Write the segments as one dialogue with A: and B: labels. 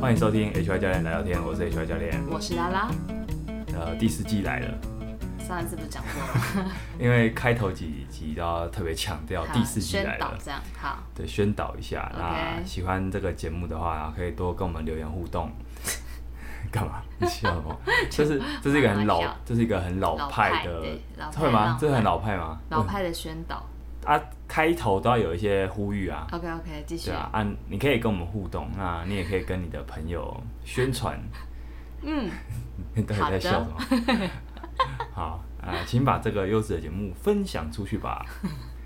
A: 欢迎收听 HY 教练来聊天，我是 HY 教练。
B: 我是拉拉，
A: 呃，第四季来了，
B: 上一次不是讲 过吗？
A: 因为开头几集都要特别强调
B: 好
A: 第四季来
B: 宣导
A: 了，
B: 这样好，
A: 对，宣导一下。
B: OK
A: 那喜欢这个节目的话，可以多跟我们留言互 动。干嘛？你笑什么？这是这是一个很老
B: 开玩笑，
A: 这是一个很老
B: 老
A: 派
B: 派
A: 的
B: 对，老派
A: 会吗
B: 老？
A: 这是很
B: 派
A: 老派吗？嗯
B: 老派的宣导。
A: 啊，开头都要有一些呼吁啊。
B: OK OK，继续
A: 对。啊，啊，你可以跟我们互动，那你也可以跟你的朋友宣传。
B: 嗯，
A: 你 到底在笑什么？ 好啊、呃请把这个优质的节目分享出去吧。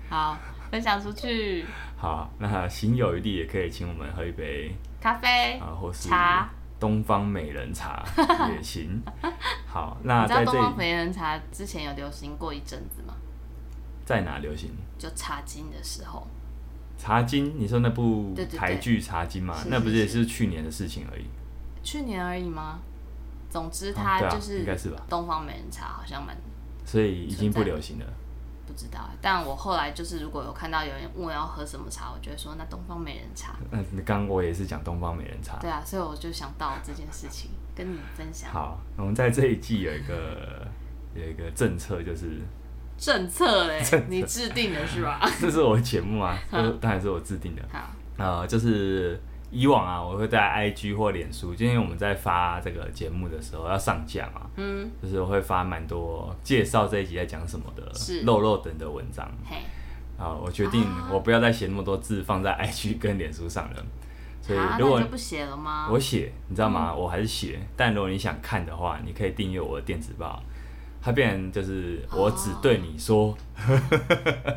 B: 好，分享出去，
A: 好，那行有余力也可以请我们喝一杯
B: 咖啡
A: 啊、。或是
B: 哎茶
A: 东方美人 茶也行。好，那
B: 你知道
A: 啊在
B: 东
A: 这
B: 方
A: 里
B: 肥人茶之前有流行过一阵子吗？
A: 在哪流行？
B: 就茶经的时候，
A: 茶经，你说那部
B: 对对对
A: 台剧《茶经》吗？
B: 是
A: 那
B: 是
A: 不是也
B: 是
A: 是去年的事情而已？
B: 去年而已吗？总之，
A: 啊
B: 它
A: 对啊
B: 就是
A: 应该是吧
B: 东方美人茶，好像蛮
A: 所以已经
B: 存在
A: 不流行了。
B: 不知道。但我后来就是，如果有看到有人问我要喝什么茶，我就会说那东方美人茶。
A: 那刚刚我也是讲东方美人茶。
B: 对啊，所以我就想到这件事情跟你分享。
A: 好，我们在这一季有一个有一个政策，就是
B: 政策嘞，你制定的是吧？
A: 这是我的节目啊，这当然是我制定的。
B: 好，
A: 呃，就是以往啊，我会在 IG 或脸书，就因为我们在发这个节目的时候要上架嘛，
B: 嗯，
A: 就是我会发蛮多介绍这一集在讲什么的
B: 是
A: 肉肉等的文章
B: 嘿，
A: 啊。我决定
B: 啊
A: 我不要再写那么多字放在 IG 跟脸书上了，所以
B: 啊，那
A: 如
B: 你
A: 果
B: 就不嗯写了吗？
A: 我写，你知道吗？我还是写，但如果你想看的话，你可以订阅我的电子报。它变成就是我
B: 哦
A: 只对你说，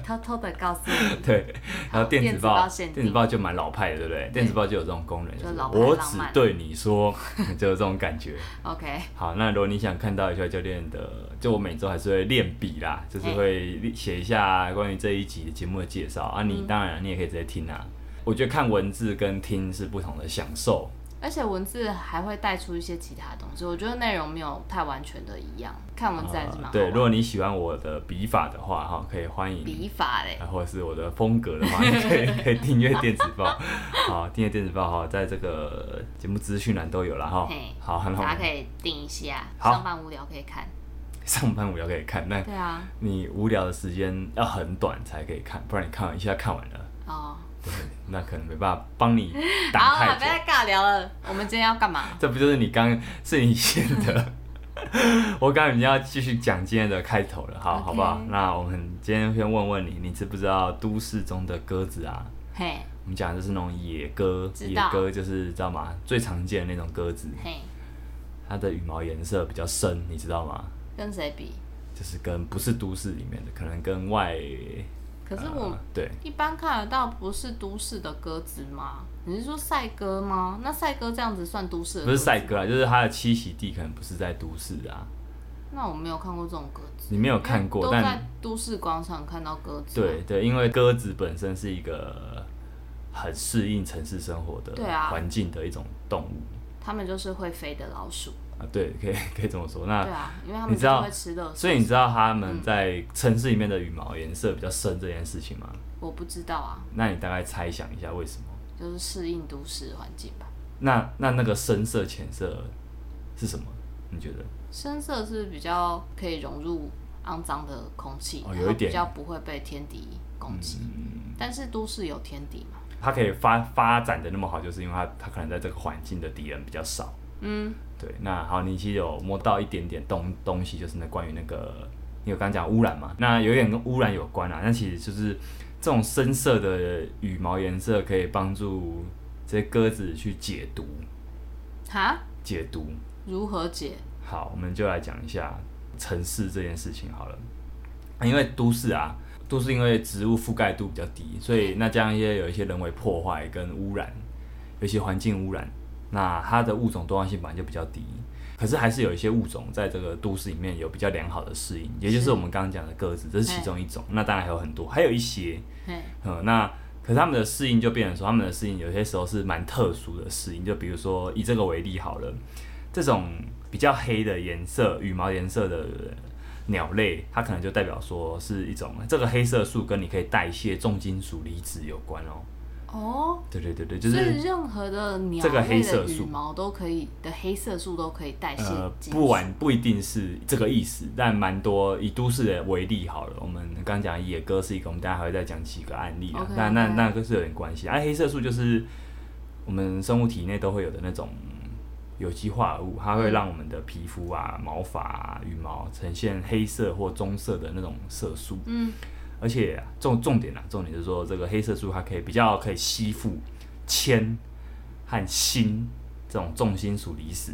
B: 偷偷的告诉你，
A: 对，然后电
B: 电
A: 子
B: 子
A: 报
B: 报限定
A: 电子报就蛮老派的，对不对？电子报就有这种功能，
B: 就
A: 就是
B: 老派
A: 我
B: 浪
A: 只
B: 漫
A: 对你说， 就有这种感觉。
B: OK，
A: 好，那如果你想看到一下教练的，就我每周还是会练笔啦，就是会写一下关于这一集节目的介绍啊。
B: 嗯
A: 你当然你也可以直接听啊。我觉得看文字跟听是不同的享受，
B: 而且文字还会带出一些其他东西，我觉得内容没有太完全的一样，看文字还是蛮
A: 呃
B: 好
A: 对。
B: 玩
A: 如果你喜欢我的笔法的话，哈，可以欢迎
B: 笔法嘞，
A: 啊，或者是我的风格 的话，你可以可以订阅电子报，好，订阅电子报哈，在这个节目资讯栏都有了哈
B: 嘿。
A: 好，很好
B: 大，家可以定一下，
A: 好
B: 上班无聊可以看。
A: 上班无聊可以看，那
B: 对啊，
A: 你无聊的时间要很短才可以看，不然你看完一下看完了，
B: 哦，
A: 对，那可能没办法帮你挡
B: 好
A: 太
B: 了，不
A: 久
B: 要。再尬聊了，我们今天要干嘛？
A: 这不就是你刚是你先的？ 我刚刚已经要继续讲今天的开头了，好
B: OK
A: 好不好？那我们今天先问问你，你知不知道都市中的鸽子啊？
B: 嘿，
A: 我们讲的就是那种野鸽，
B: 知
A: 野
B: 道
A: 鸽就是知道吗？最常见的那种鸽子，
B: 嘿，
A: 它的羽毛颜色比较深，你知道吗？
B: 跟谁比？
A: 就是跟不是都市里面的，可能跟外。
B: 可是
A: 呃
B: 我
A: 对
B: 一般看得到不是都市的鸽子吗？你是说赛鸽吗？那赛鸽这样子算都市的？
A: 不是赛，鸽啊，就是它的栖息地可能不是在都市啊。
B: 那我没有看过这种鸽子，
A: 你没有看过，
B: 都
A: 但
B: 在都市广场看到鸽子。
A: 对，对，因为鸽子本身是一个很适应城市生活的
B: 对啊
A: 环境的一种动物
B: 它们就是会飞的老鼠。
A: 啊，对，可以可以这么说。那
B: 对啊，嗯因为它
A: 你
B: 们
A: 知
B: 就
A: 道
B: 会吃垃
A: 所
B: 圾。
A: 以你知道它们在城市里面的羽毛颜色比较深这件事情吗？
B: 我不知道啊，
A: 那你大概猜想一下为什么？
B: 就是适应都市环境吧。
A: 那那那个深色、浅色是什么？你觉得？
B: 深色是比较可以融入肮脏的空气，
A: 哦
B: 然
A: 有一
B: 后
A: 点嗯
B: 比较不会被天敌攻击。但是都市有天敌嘛？
A: 它可以发发展的那么好，就是因为它它可能在这个环境的敌人比较少。
B: 嗯，
A: 对，那好，你其实有摸到一点点东东西，就是那关于那个，你有刚刚讲污染嘛？那有一点跟污染有关啊。那其实就是这种深色的羽毛颜色可以帮助这些鸽子去解毒，
B: 哈，
A: 解毒。
B: 如何解？
A: 好，我们就来讲一下城市这件事情好了。啊因为都市啊，都市因为植物覆盖度比较低，所以那这样一些有一些人为破坏跟污染，尤其环境污染，那它的物种多样性本来就比较低。可是还是有一些物种在这个都市里面有比较良好的适应，也就是
B: 是
A: 我们刚刚讲的鸽子，这是其中一种。那当然还有很多，还有一些，
B: 嘿，
A: 嗯，那可是他们的适应就变成说，他们的适应有些时候是蛮特殊的适应，就比如说以这个为例好了，这种比较黑的颜色、羽毛颜色的鸟类，它可能就代表说是一种这个黑色素跟你可以代谢重金属离子有关哦。
B: 哦，
A: 对对对对，就
B: 所
A: 是
B: 以任何的鸟
A: 这个黑
B: 类
A: 色
B: 的
A: 素
B: 羽毛都可以的黑色素都可以代谢
A: 呃，
B: 激素
A: 不完不一定是这个意思，但蛮多。以都市的为例好了，我们刚讲野哥是一个，我们大家还会再讲几个案例啊。
B: OK，
A: 那那
B: OK
A: 那个是有点关系。啊，黑色素就是我们生物体内都会有的那种有机化合物，它
B: 嗯
A: 会让我们的皮肤啊、毛发、啊、羽毛呈现黑色或棕色的那种色素。
B: 嗯，
A: 而且、啊、重重点啊，重点就是说这个黑色素它可以比较可以吸附铅和锌这种重金属离子，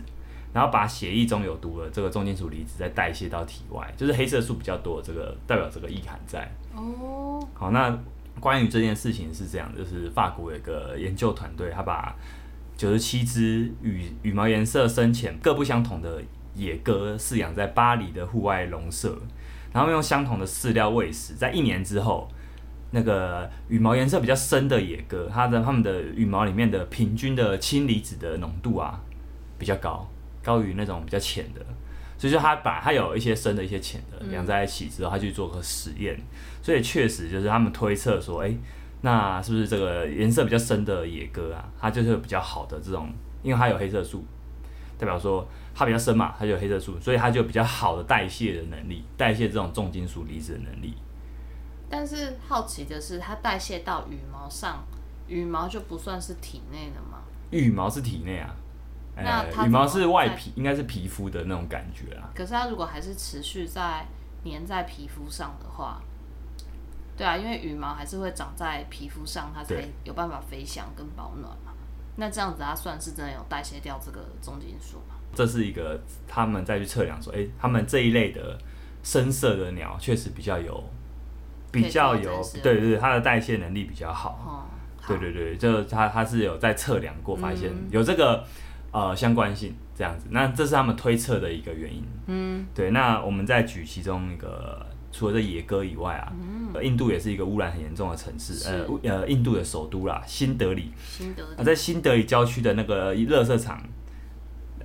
A: 然后把血液中有毒的这个重金属离子再代谢到体外，就是黑色素比较多，这个代表这个意涵在。
B: 哦，
A: 好，那关于这件事情是这样，就是法国有一个研究团队，他把九十七只羽羽毛颜色深浅各不相同的野鸽饲养在巴黎的户外笼舍，然后用相同的饲料喂食，在一年之后。那个羽毛颜色比较深的野鸽，它的它们的羽毛里面的平均的氢离子的浓度啊比较高，高于那种比较浅的，所以说它把它有一些深的一些浅的
B: 嗯
A: 养在一起之后，它去做个实验，所以确实就是他们推测说，哎、那是不是这个颜色比较深的野鸽啊，它就是有比较好的这种，因为它有黑色素，代表说它比较深嘛，它就有黑色素，所以它就有比较好的代谢的能力，代谢这种重金属离子的能力。
B: 但是好奇的是，它代谢到羽毛上，羽毛就不算是体内的嘛？
A: 羽毛是体内啊，
B: 那
A: 呃，
B: 它怎
A: 羽毛
B: 么
A: 是外
B: 在
A: 皮，应该是皮肤的那种感觉啊。
B: 可是它如果还是持续在粘在皮肤上的话，对啊，因为羽毛还是会长在皮肤上，它才
A: 对
B: 有办法飞翔跟保暖嘛。那这样子，它算是真的有代谢掉这个重金属嘛？
A: 这是一个他们再去测量说，哎、他们这一类的深色的鸟确实比较有，
B: 可以
A: 比较
B: 做
A: 有
B: 到这件，事
A: 对对对，它的代谢能力比较好。
B: 哦，好
A: 对对对，就他他是有在测量过，发现
B: 嗯
A: 有这个呃相关性这样子，那这是他们推测的一个原因。
B: 嗯，
A: 对，那我们再举其中一个，除了这野鸽以外啊，呃印度也是一个污染很严重的城市，
B: 嗯是
A: 呃污呃，印度的首都啦，新德里。
B: 心得
A: 啊，在新德里郊区的那个垃圾场，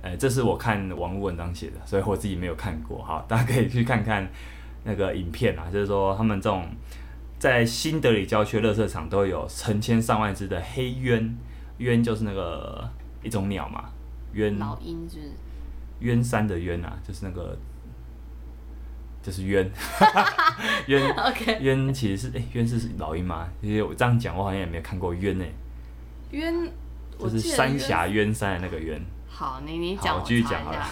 A: 呃，这是我看网络文章写的，所以我自己没有看过。好，大家可以去看看那个影片啊，就是说他们这种在新德里郊区的垃圾场都有成千上万只的黑鸢，鸢就是那个一种鸟嘛，鸢
B: 老鹰就是
A: 鸢山的鸢啊，就是那个就是 鸢，鸢
B: OK
A: 鸢其实是哎鸢、是老鹰吗？其实我这样讲，我好像也没有看过鸢哎、
B: 冤，
A: 就
B: 我
A: 是
B: 记得
A: 三
B: 冤
A: 峡鸢山的那个鸢。
B: 好，你你
A: 好
B: 讲，
A: 我继续
B: 查
A: 讲
B: 一
A: 好
B: 下
A: 了。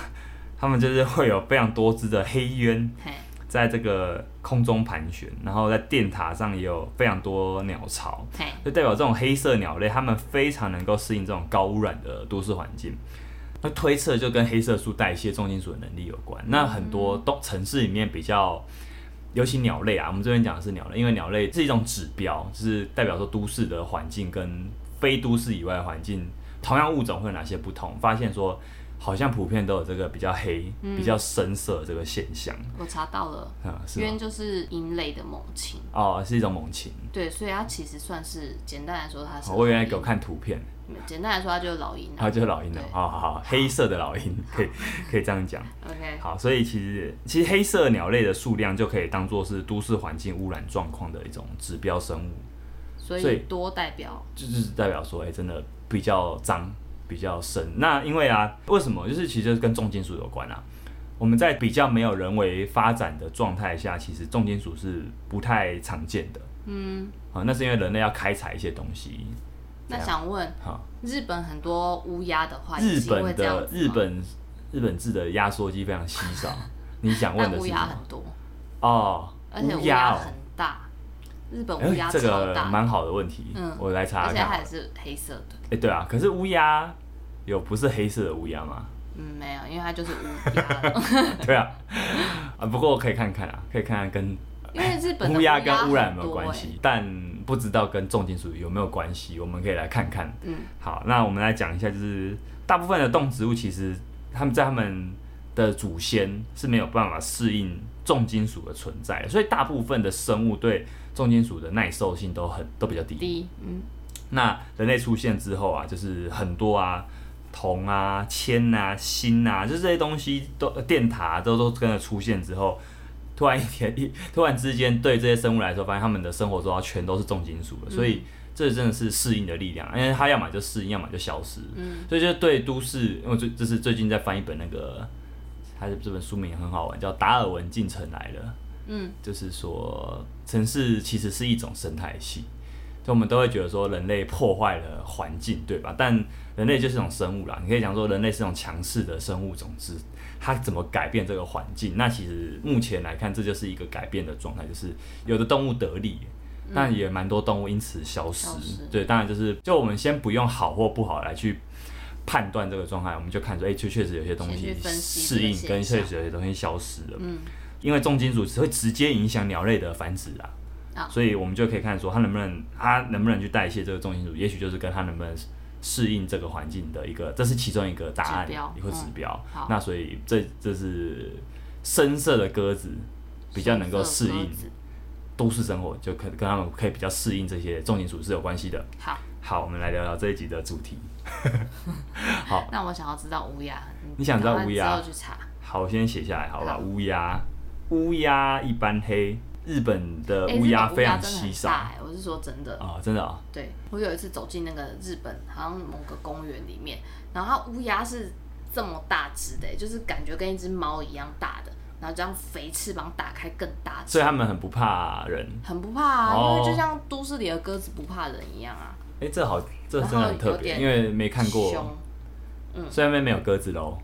A: 他们就是会有非常多只的黑鸢
B: 嘿，
A: 在这个空中盘旋，然后在电塔上也有非常多鸟巢，
B: 嘿，
A: 就代表这种黑色鸟类，它们非常能够适应这种高污染的都市环境。那推测就跟黑色素代谢重金属的能力有关。那很多都城市里面比较，尤其鸟类啊，我们这边讲的是鸟类，因为鸟类是一种指标，就是代表说都市的环境跟非都市以外的环境，同样物种会有哪些不同？发现说好像普遍都有这个比较黑、比较深色的这个现象
B: 我查到了，
A: 啊、是吗
B: 冤就是鹰类的猛禽，
A: 哦，是一种猛禽。
B: 对，所以它其实算是简单来说，它是
A: 哦我原来
B: 老鹰
A: 给我看图片，
B: 简单来说，它就是老鹰、啊
A: 然后就是老鹰了，
B: 对
A: 好好好，黑色的老鹰，可以可以这样讲。
B: OK，
A: 好，所以其实其实黑色鸟类的数量就可以当做是都市环境污染状况的一种指标生物，
B: 所
A: 所以
B: 以多代表
A: 就是代表说，哎、真的比较脏，比较深。那因为啊，为什么？就是其实就是跟重金属有关啊。我们在比较没有人为发展的状态下，其实重金属是不太常见的。
B: 嗯。
A: 啊，那是因为人类要开采一些东西。
B: 那
A: 怎样
B: 想问，
A: 哈，
B: 日本很多乌鸦的话，
A: 日
B: 也是会
A: 本
B: 这样
A: 的
B: 子吗
A: 日本日本制的压缩机非常稀 少。你想问
B: 但
A: 的
B: 乌
A: 是什
B: 鸦
A: 么？
B: 很多，
A: 哦，
B: 而且乌
A: 鸦
B: 鸦
A: 哦。
B: 很大，日本
A: 哎，
B: 乌鸦
A: 这
B: 超
A: 个
B: 大，
A: 蛮好的问题，
B: 嗯
A: 我来查
B: 而
A: 查
B: 且
A: 看
B: 它
A: 好了。
B: 也是黑色的。
A: 哎、对啊，可是乌鸦有不是黑色的乌鸦吗？
B: 嗯，没有，因为它就是乌鸦，
A: 对啊，啊，不过可以看看啊，可以看看跟
B: 因为日本的
A: 乌鸦
B: 很多
A: 跟污染有没有关
B: 欸？
A: 系，但不知道跟重金属有没有关系，我们可以来看看。
B: 嗯，
A: 好，那我们来讲一下，就是大部分的动植物其实它们在它们的祖先是没有办法适应重金属的存在的，所以大部分的生物对重金属的耐受性都很都比较低。
B: 第一，嗯，
A: 那人类出现之后啊，就是很多啊，铜呃啊、铅啊、锌啊，就是这些东西都电塔都都跟着出现之后，突然一天 一突然之间对这些生物来说，发现他们的生活周遭全都是重金属了，所以这真的是适应的力量，因为它要么就适应，要么就消失。
B: 嗯
A: 所以就对都市，因为我最这是最近在翻一本那个，它的这本书名也很好玩，叫《达尔文进城来了》。
B: 嗯，
A: 就是说，城市其实是一种生态系，就我们都会觉得说人类破坏了环境，对吧？但人类就是一种生物啦，你可以讲说人类是一种强势的生物种子，它怎么改变这个环境？那其实目前来看，这就是一个改变的状态，就是有的动物得利。但也蛮多动物因此消失，
B: 嗯消失
A: 对，当然就是就我们先不用好或不好来去判断这个状态，我们就看说，哎、确确实有些东
B: 先
A: 西
B: 去分析
A: 适
B: 这个
A: 应，跟
B: 现
A: 确
B: 象
A: 实有些东西消失了。
B: 嗯，
A: 因为重金属只会直接影响鸟类的繁殖啊，
B: 啊
A: 所以我们就可以看说它能不能它能不能去代谢这个重金属，也许就是跟它能不能适应这个环境的一个，这是其中一个答案
B: 指标
A: 或指标。
B: 嗯好
A: 那所以这这是深色的鸽子比较能够适
B: 深色
A: 应
B: 鸽子
A: 都市生活，就可跟它们可以比较适应这些重金属是有关系的。
B: 好，
A: 好，我们来聊聊这一集的主题。好，
B: 那我想要知道乌鸦，
A: 你想知道乌鸦
B: 赶快之后去查。
A: 好，我先写下来，好吧？
B: 好
A: 乌鸦，乌鸦一般黑，日本的
B: 诶
A: 乌鸦
B: 日本
A: 非常
B: 真的
A: 稀
B: 很
A: 少
B: 大欸诶我是说真的。
A: 哦，真的哦，
B: 对，我有一次走进那个日本，好像某个公园里面，然后它乌鸦是这么大只的、欸就是感觉跟一只猫一样大的，然后这样肥翅膀打开更大只
A: 所以他们很不怕人。
B: 很不怕啊，
A: 哦
B: 因为就像都市里的鸽子不怕人一样啊。
A: 哎、这好，这真的很特别，
B: 然后有点
A: 因为没看
B: 凶
A: 过，，虽然那边没有鸽子楼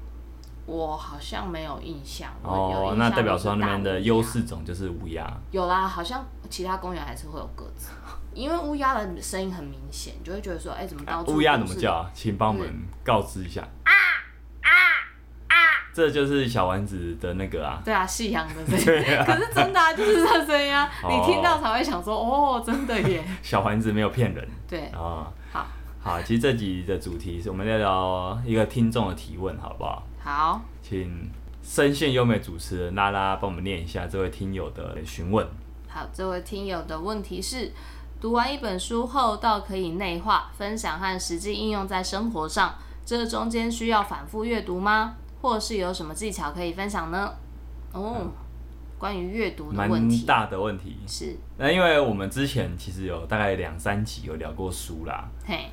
B: 我好像没有印象。我有
A: 哦，
B: 印
A: 那
B: 象
A: 代表
B: 是
A: 说那
B: 大
A: 边
B: 乌
A: 的
B: 鸦
A: 优势种就是乌鸦。
B: 有啦，好像其他公园还是会有鸽子，因为乌鸦的声音很明显，你就会觉得说，哎、怎么到处
A: 乌鸦
B: 都
A: 怎么
B: 是
A: 叫？啊？请帮我们
B: 嗯
A: 告知一下。啊啊啊！这就是小丸子的那个啊，
B: 对啊，夕阳的声音。 可是真的啊，就是这声音啊，
A: 哦
B: 你听到才会想说，哦，真的耶。
A: 小丸子没有骗人
B: 对
A: 啊。，
B: 好，
A: 好，其实这集的主题是我们聊聊一个听众的提问，好不好？
B: 好，
A: 请声线优美主持人拉拉帮我们念一下这位听友的询问。
B: 好，这位听友的问题是：读完一本书后，到可以内化、分享和实际应用在生活上，这中间需要反复阅读吗？或是有什么技巧可以分享呢？哦，关于阅读的
A: 嗯蛮
B: 问题
A: 大的问题。
B: 是，
A: 那因为我们之前其实有大概两三集有聊过书啦，
B: 嘿，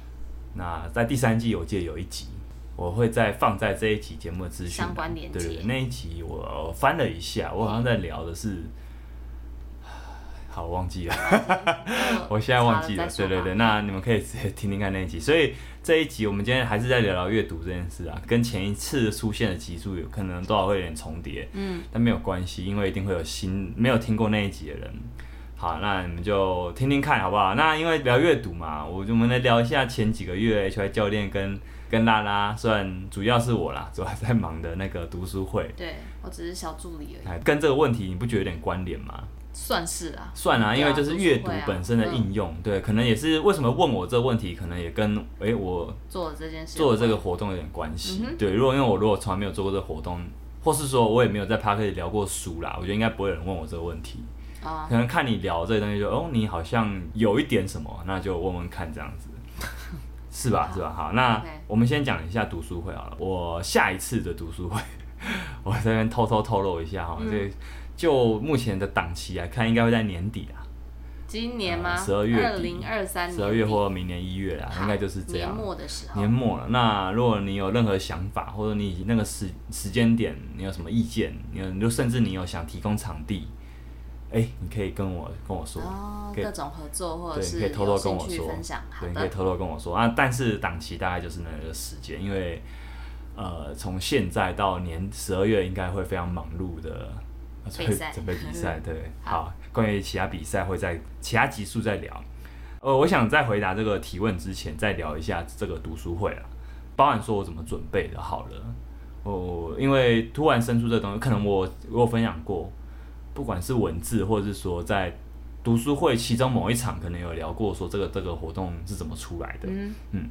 A: 那在第三季我记得有一集，我会再放在这一集节目的资讯栏
B: 相关链接
A: 对对对，那一集我翻了一下，我好像在聊的是， 好我忘记了。我现在忘记了，
B: 查
A: 对
B: 再说
A: 对
B: 吧
A: 对，那你们可以直接听听看那一集。所以这一集我们今天还是在聊聊阅读这件事啊，跟前一次出现的集数有可能多少会有点重叠，
B: 嗯，
A: 但没有关系，因为一定会有新没有听过那一集的人。好，那你们就听听看好不好？那因为聊阅读嘛，我我们来聊一下前几个月 HY 教练跟跟拉拉，虽然主要是我啦，主要在忙的那个读书会，
B: 对我只是小助理而已，
A: 哎跟这个问题你不觉得有点关联吗？
B: 算是啊。
A: 算啦、
B: 对啊
A: 因为就是阅读
B: 读书会啊
A: 本身的应用，对，可能也是为什么问我这个问题，可能也跟诶、我
B: 做了这件事，
A: 做的这个活动有点关系。
B: 嗯哼
A: 对，如果因为我如果从来没有做过这个活动，或是说我也没有在 p a r k 聊过书啦，我觉得应该不会有人问我这个问题。
B: 啊，
A: 可能看你聊这个东西就，哦，你好像有一点什么，那就问问看这样 子，是吧？是吧？好，那
B: OK
A: 我们先讲一下读书会好了。我下一次的读书会， 我这边偷偷透露一下哈，
B: 嗯
A: 这、就目前的档期来看，应该会在年底啊啦。
B: 今年吗？
A: 呃12月
B: 二
A: 底
B: 零二三年
A: 十二月或明年一月啦，应该就是这样
B: 年。末的时候，
A: 年末了，那如果你有任何想法，或者你那个时时间点，你有什么意见，你有你就甚至你有想提供场地，哎、你可以跟我跟我说，
B: 哦，
A: 可以
B: 各种合作或者
A: 对，你
B: 是
A: 可以偷偷跟我
B: 有兴
A: 说
B: 趣分享，，好
A: 对，你可以
B: 的，
A: 偷偷跟我说啊。但是档期大概就是那个时间，因为呃，从现在到年十二月应该会非常忙碌的。呃
B: 备赛
A: 准备 比赛，对，
B: 好
A: 好。关于其他比赛会在其他集数再聊。呃，我想在回答这个提问之前，再聊一下这个读书会啊，包含说我怎么准备的。好了，我、哦因为突然生出这东西，可能我我有分享过，不管是文字，或者是说在读书会其中某一场，可能有聊过说这个这个活动是怎么出来的。
B: 嗯，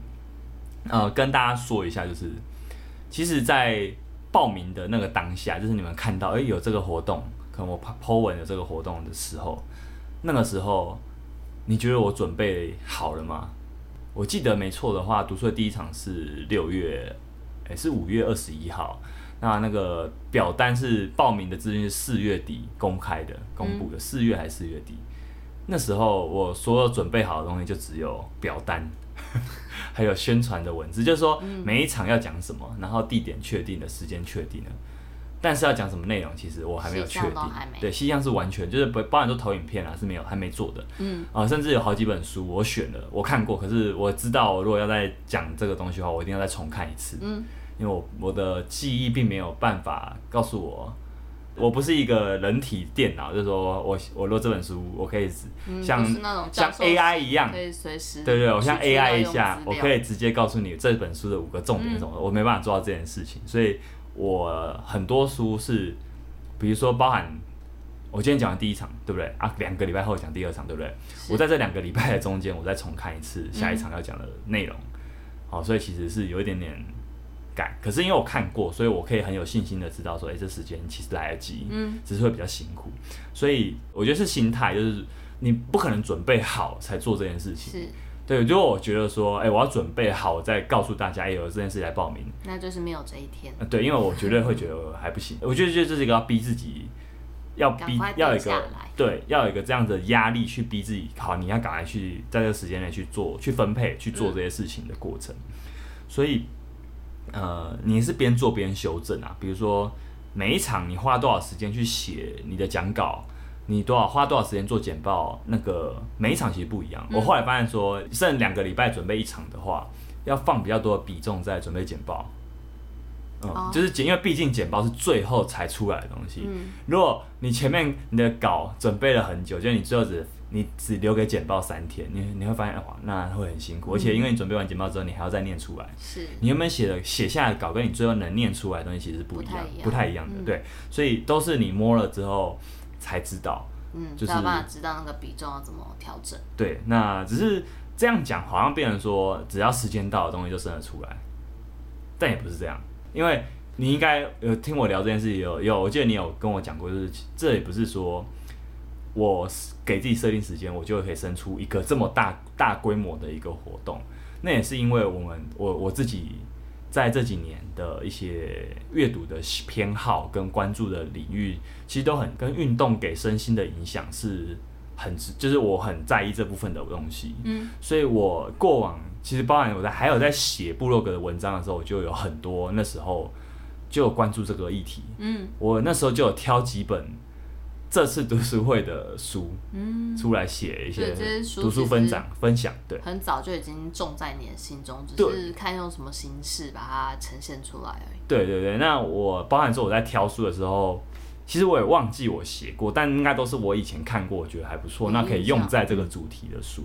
A: 呃，跟大家说一下，就是其实，在报名的那个当下，就是你们看到哎、诶有这个活动，可能我 po- po 文有这个活动的时候，那个时候你觉得我准备好了吗？我记得没错的话，读书的第一场是六月，哎、是五月二十一号。那那个表单是报名的资讯是四月底公开的、公布的，四月还是四月底？那时候我所有准备好的东西就只有表单，还有宣传的文字，就是说
B: 嗯
A: 每一场要讲什么，然后地点确定了，时间确定了，但是要讲什么内容，其实我还没有确
B: 细项
A: 定
B: 都还没。
A: 对，西项是完全就是不包含说投影片啊是没有还没做的，
B: 嗯，
A: 啊、甚至有好几本书我选了，我看过，可是我知道我如果要再讲这个东西的话，我一定要再重看一次，
B: 嗯，
A: 因为我我的记忆并没有办法告诉我。我不是一个人体电脑，就是说我我若这本书，我可以只
B: 嗯
A: 像
B: 不是那种
A: 像
B: 教授
A: AI 一样
B: 可，以随时
A: 对对，我像
B: 去资料
A: AI 一
B: 用
A: 下，
B: 资
A: 我
B: 料嗯
A: 可以直接告诉你这本书的五个重点是什么，我没办法做到这件事情，所以我很多书是，比如说包含我今天讲的第一场，对不对啊？两个礼拜后讲第二场，对不对？
B: 是嗯
A: 我在这两个礼拜的中间，我再重看一次下一场要讲的内容，好，所以其实是有一点点改，可是因为我看过，所以我可以很有信心的知道说，哎、这时间其实来得及，
B: 嗯，
A: 只是会比较辛苦，所以我觉得是心态，就是你不可能准备好才做这件事情。
B: 是，
A: 对，就我觉得说，哎、我要准备好再告诉大家，哎、有这件事来报名。
B: 那就是没有这一天。
A: 呃对，因为我绝对会觉得我还不 行，我就觉得这是一个要逼自己，要逼
B: 赶快定
A: 要有一
B: 下
A: 个
B: 来
A: 对，要有一个这样的压力去逼自己，好，你要赶快去在这个时间内去做，去分配去做这些事情的过程。所以，呃，你是边做边修正啊，比如说每一场你花多少时间去写你的讲稿。你多少花多少时间做简报？那个每一场其实不一样。
B: 嗯
A: 我后来发现说，剩两个礼拜准备一场的话，要放比较多的比重在准备简报。嗯，
B: 哦
A: 就是简，因为毕竟简报是最后才出来的东西。
B: 嗯
A: 如果你前面你的稿准备了很久，就你最后只你只留给简报三天，你你会发现哇，那会很
B: 嗯
A: 辛苦。而且因为你准备完简报之后，你还要再念出来。
B: 是，
A: 你原本写的写下的稿跟你最后能念出来的东西其实是不一样，
B: 不
A: 不
B: 太
A: 太一样的，
B: 嗯
A: 对，所以都是你摸了之后才知道。
B: 嗯，
A: 就是
B: 才有办法知道那个比重要怎么调整。
A: 对，那只是这样讲，好像变成说，只要时间到的东西就生得出来，但也不是这样，因为你应该有听我聊这件事情，有有，我记得你有跟我讲过，就是这也不是说我给自己设定时间，我就可以生出一个这么大大规模的一个活动，那也是因为我们我我自己。在这几年的一些阅读的偏好跟关注的领域，其实都很跟运动给身心的影响是很直，就是我很在意这部分的东西。
B: 嗯，
A: 所以我过往其实包含我在还有在写部落格的文章的时候，我就有很多那时候就有关注这个议题。
B: 嗯
A: 我那时候就有挑几本这次读书会的书
B: 嗯，
A: 出来写一些
B: 对这些书
A: 读书分享分享，对。
B: 很早就已经种在你的心中，只
A: 对
B: 是看用什么形式把它呈现出来而已。
A: 对对对，那我包含说我在挑书的时候，其实我也忘记我写过，但应该都是我以前看过，我觉得还不错，
B: 有
A: 那可以
B: 印象
A: 用在这个主题的书。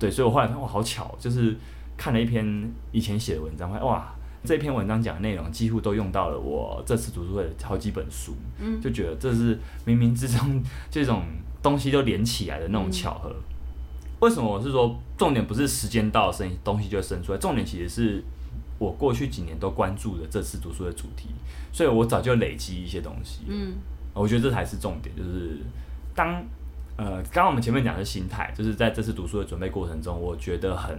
A: 对，所以我后来发现哇，好巧，就是看了一篇以前写的文章，发现哇，这篇文章讲的内容几乎都用到了我这次读书会的好几本书，
B: 嗯
A: 就觉得这是冥冥之中这种东西都连起来的那种巧合。为什么我是说重点不是时间到生东西就会生出来，重点其实是我过去几年都关注的这次读书的主题，所以我早就累积一些东西。
B: 嗯，
A: 我觉得这才是重点，就是当呃，刚刚我们前面讲的是心态，就是在这次读书的准备过程中，我觉得很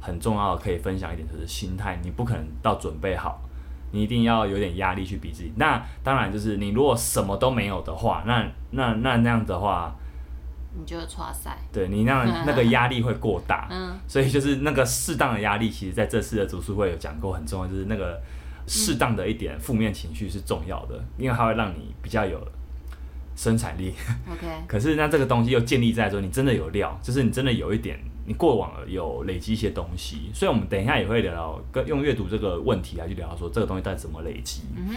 A: 很重要，可以分享一点就是心态，你不可能到准备好，你一定要有点压力去逼自己。那当然就是你如果什么都没有的话，那那那那样的话，
B: 你就会挫赛。
A: 对你那样那个压力会过大，
B: 啊 嗯
A: 所以就是那个适当的压力，其实在这次的读书会有讲过，很重要，就是那个适当的一点负面情绪是重要的，因为它会让你比较有生产力。
B: ，OK，
A: 可是那这个东西又建立在说你真的有料，就是你真的有一点，你过往有累积一些东西。所以我们等一下也会聊到跟用阅读这个问题来去聊到说这个东西到底怎么累积。
B: 嗯哼，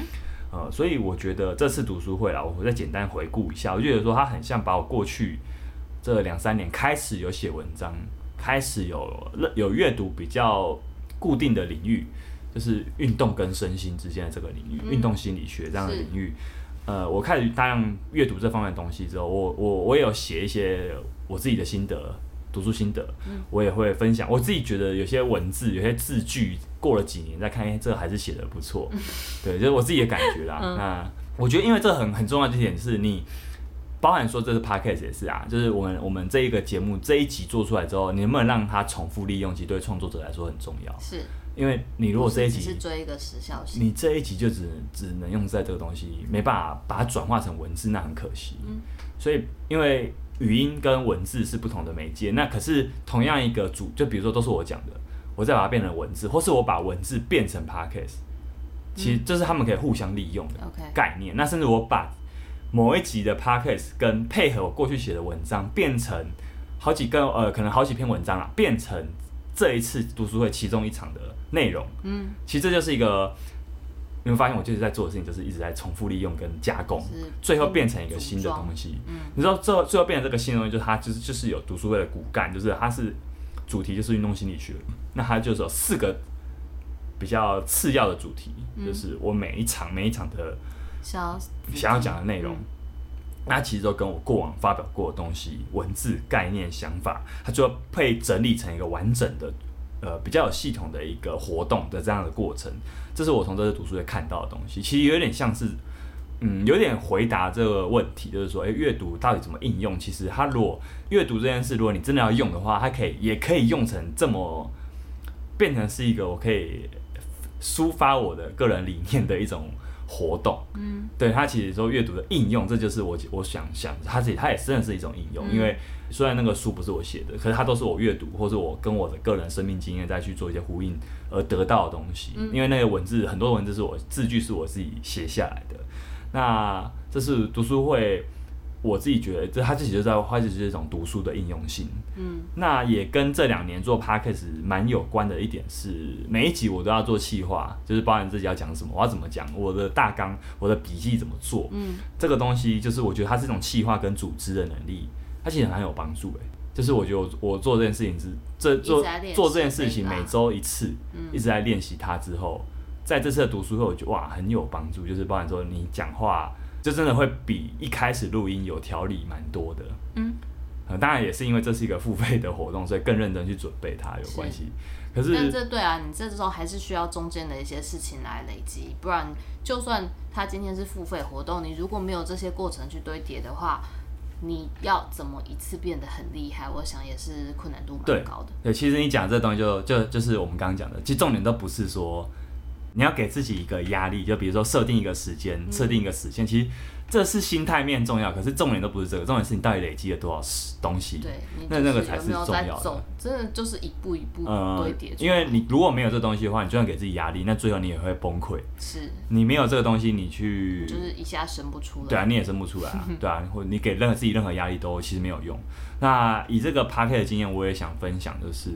A: 呃，所以我觉得这次读书会啦，我再简单回顾一下，我就觉得说它很像把我过去这两三年开始有写文章，开始有有阅读比较固定的领域，就是运动跟身心之间的这个领域，
B: 嗯
A: 运动心理学这样的
B: 是
A: 领域。呃，我开始大量阅读这方面的东西之后，我我我也有写一些我自己的心得，读书心得，
B: 嗯
A: 我也会分享。我自己觉得有些文字、有些字句，过了几年再看，哎，这个还是写的不错。对，就是我自己的感觉啦。
B: 嗯
A: 那我觉得，因为这很很重要的一点是你，包含说这是 podcast 也是啊，就是我们我们这一个节目这一集做出来之后，你能不能让它重复利用，其实对创作者来说很重要。
B: 是，
A: 因为你如果这一
B: 只是
A: 集，
B: 追一个时效性，
A: 你这一集就只只能用在这个东西，没办法把它转化成文字，那很可惜。
B: 嗯
A: 所以因为语音跟文字是不同的媒介，那可是同样一个主，就比如说都是我讲的，我再把它变成文字，或是我把文字变成 podcast，其实这是他们可以互相利用的。
B: ，OK，
A: 概念。那甚至我把某一集的 podcast 跟配合我过去写的文章，变成好几个呃，可能好几篇文章啦，变成这一次读书会其中一场的内容。
B: 嗯，
A: 其实这就是一个，你会发现我就是在做的事情，就是一直在重复利用跟加工，
B: 是
A: 最后变成一个新的
B: 组装
A: 东西。
B: 嗯
A: 你知道最后最后变成这个新的东西，就是它就是就是有读书会的骨干，就是它是主题就是运动心理学，那它就是有四个比较次要的主题，
B: 嗯
A: 就是我每一场每一场的
B: 小
A: 想要讲的内容
B: 嗯，
A: 那其实都跟我过往发表过的东西、文字、概念、想法，它就会整理成一个完整的、呃比较有系统的一个活动的这样的过程。这是我从这次读书会看到的东西，其实有点像是，嗯，有点回答这个问题，就是说，诶，阅读到底怎么应用？其实它如果阅读这件事，如果你真的要用的话，它可以也可以用成这么，变成是一个我可以抒发我的个人理念的一种活动。
B: 嗯
A: 对它其实说阅读的应用，这就是我我想想，它是它也真的是一种应用，
B: 嗯
A: 因为虽然那个书不是我写的，可是它都是我阅读或是我跟我的个人生命经验再去做一些呼应而得到的东西。
B: 嗯
A: 因为那个文字很多文字是我字句是我自己写下来的，那这是读书会。我自己觉得，这它自己就在，它就是一种读书的应用性。
B: 嗯
A: 那也跟这两年做 podcast 蛮有关的一点是，每一集我都要做企划，就是包含自己要讲什么，我要怎么讲，我的大纲、我的笔记怎么做，
B: 嗯，
A: 这个东西就是我觉得它是一种企划跟组织的能力，它其实很有帮助诶、就是我觉得我我做这件事情是这做
B: 一直在练习
A: 做这件事情
B: 那个啊
A: 每周一次，
B: 嗯
A: 一直在练习它之后，在这次的读书会，我觉得哇很有帮助，就是包含说你讲话就真的会比一开始录音有条理蛮多的。
B: 嗯，
A: 呃，当然也是因为这是一个付费的活动，所以更认真去准备它有关系。可是
B: 但这对啊，你这时候还是需要中间的一些事情来累积，不然就算他今天是付费活动，你如果没有这些过程去堆叠的话，你要怎么一次变得很厉害？我想也是困难度蛮
A: 对
B: 高的。
A: 对，其实你讲这东西就就就是我们刚刚讲的，其实重点都不是说你要给自己一个压力，就比如说设定一个时间，
B: 嗯
A: 设定一个时限，其实这是心态面重要，可是重点都不是这个，重点是你到底累积了多少时东西。
B: 对，你
A: 那
B: 就
A: 那个
B: 是
A: 才
B: 有
A: 是
B: 没有
A: 重
B: 在
A: 要的
B: 走？真的就是一步一步
A: 呃
B: 堆叠，出来、
A: 因为你如果没有这东西的话，你就算给自己压力，那最后你也会崩溃。
B: 是
A: 你没有这个东西，你去
B: 就是一下生不出来。
A: 对啊，你也生不出来 啊，对啊，或你给任何自己任何压力都其实没有用。那以这个 p a r k 的经验，我也想分享，就是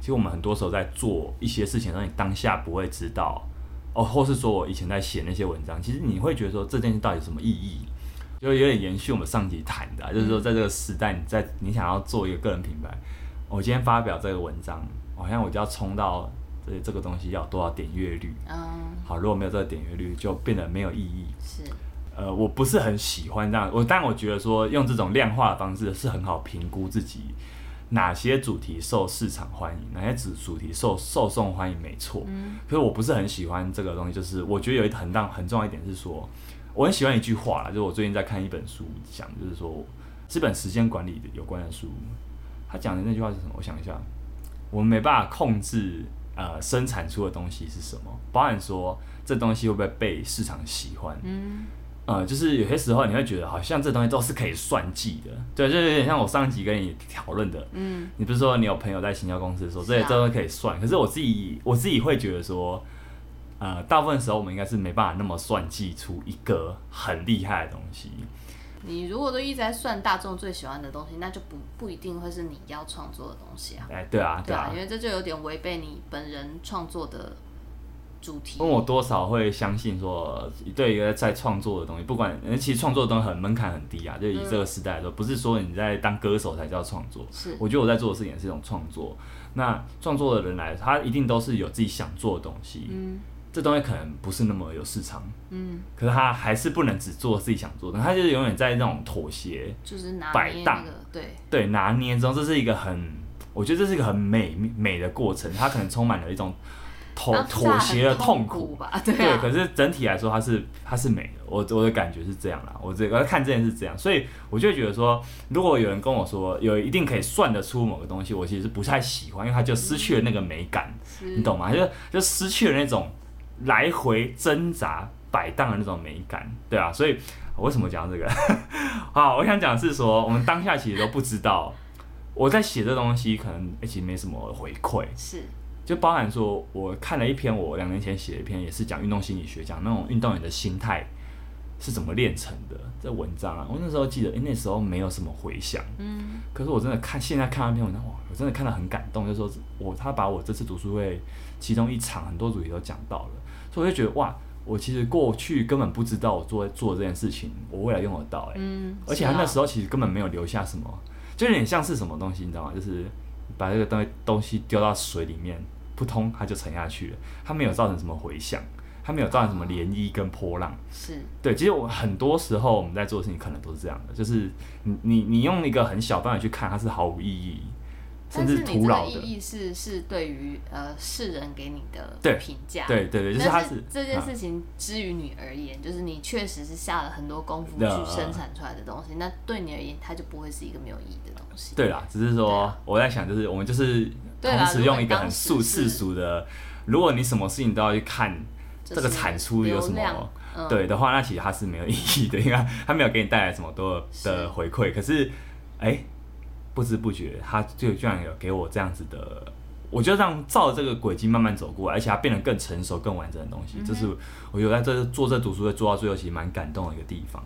A: 其实我们很多时候在做一些事情，让你当下不会知道，哦，或是说我以前在写那些文章，其实你会觉得说这件事到底有什么意义？就有点延续我们上集谈的啊、就是
B: 嗯
A: 说在这个时代，你在你想要做一个个人品牌，哦我今天发表这个文章，哦好像我就要冲到这这个东西要有多少点阅率？
B: 嗯，
A: 好，如果没有这个点阅率，就变得没有意义。
B: 是
A: 呃，我不是很喜欢这样，我但我觉得说用这种量化的方式是很好评估自己哪些主题受市场欢迎，哪些主主题受受众欢迎，没错。
B: 嗯
A: 可是我不是很喜欢这个东西，就是我觉得有一很大很重要一点是说，我很喜欢一句话啦，就是我最近在看一本书，讲就是说是本时间管理的有关的书，他讲的那句话是什么？我想一下，我们没办法控制呃生产出的东西是什么，包含说这东西会不会被市场喜欢。
B: 嗯
A: 呃，就是有些时候你会觉得好像这东西都是可以算计的，对，就是有点像我上一集跟你讨论的，
B: 嗯，
A: 你不是说你有朋友在行销公司说
B: 是
A: 这
B: 啊
A: 些都可以算，可是我自己我自己会觉得说，呃，大部分时候我们应该是没办法那么算计出一个很厉害的东西，
B: 你如果都一直在算大众最喜欢的东西，那就不不一定会是你要创作的东西啊。
A: 哎、对啊，
B: 对
A: 对
B: 啊
A: 啊，，
B: 因为这就有点违背你本人创作的主题。
A: 因为我多少会相信说，对一个在创作的东西，不管呃其实创作的东西很门槛很低啊，就以这
B: 嗯
A: 个时代来说，不是说你在当歌手才叫创作，
B: 是
A: 我觉得我在做的事情也是一种创作。那创作的人来，他一定都是有自己想做的东西，
B: 嗯
A: 这东西可能不是那么有市场，
B: 嗯，
A: 可是他还是不能只做自己想做的，他就是永远在那种妥协，
B: 就是拿
A: 摆
B: 捏那
A: 荡
B: 个对，
A: 对拿捏中，这是一个很，我觉得这是一个很美美的过程，它可能充满了一种妥
B: 当下
A: 妥协了
B: 很痛
A: 苦
B: 苦吧？对
A: 对，
B: 啊，
A: 可是整体来说，它是它是美的，我我的感觉是这样啦。我这个看这件事是这样，所以我就会觉得说，如果有人跟我说有一定可以算得出某个东西，我其实是不太喜欢，因为它就失去了那个美感，
B: 是
A: 你懂吗？就就失去了那种来回挣扎摆荡的那种美感，对啊。所以我为什么讲这个？ 好，我想讲的是说，我们当下其实都不知道，我在写这东西，可能、欸、其实没什么回馈，
B: 是
A: 就包含说，我看了一篇我两年前写的一篇，也是讲运动心理学，讲那种运动员的心态是怎么练成的这文章啊。我那时候记得，诶那时候没有什么回响，
B: 嗯
A: 可是我真的看现在看到那篇文章，哇，我真的看得很感动，就说我他把我这次读书会其中一场很多主题都讲到了，所以我就觉得哇，我其实过去根本不知道我做做这件事情，我未来用得到、欸，
B: 嗯，
A: 而且他那时
B: 候
A: 候其实根本没有留下什么，就有点像是什么东西，你知道吗？就是把这个东东西丢到水里面，扑通它就沉下去了，它没有造成什么回响，它没有造成什么涟漪跟波浪。
B: 是
A: 对，其实我很多时候我们在做的事情可能都是这样的，就是你你你用一个很小办法去看，它是毫无意义，甚
B: 但
A: 至
B: 是你
A: 徒
B: 这
A: 劳
B: 个意
A: 的。
B: 义是是对于呃世人给你的
A: 对
B: 评价，
A: 对对对，就是它
B: 啊但
A: 是
B: 这件
A: 嗯
B: 事情之于你而言，就是你确实是下了很多功夫去
A: 对啊
B: 生产出来的东西，那对你而言，它就不会是一个没有意义的东西。
A: 对啦，只是
B: 对
A: 说
B: 啊
A: 我在想，就是我们就是
B: 对
A: 同
B: 啦
A: 时
B: 如果
A: 用一
B: 你
A: 个
B: 当
A: 很
B: 时
A: 世
B: 是
A: 世俗的，如果你什么事情都要去看
B: 就
A: 这个
B: 是
A: 产出有
B: 流
A: 什么
B: 量嗯
A: 对的话，那其实它是没有意义的，因为它没有给你带来什么多的
B: 是。
A: 的回馈。可是，哎、不知不觉，它就居然有给我这样子的，我就让照这个轨迹慢慢走过来，而且它变得更成熟、更完整的东西。这是我有在这做这读书会做到最后，其实蛮感动的一个地方。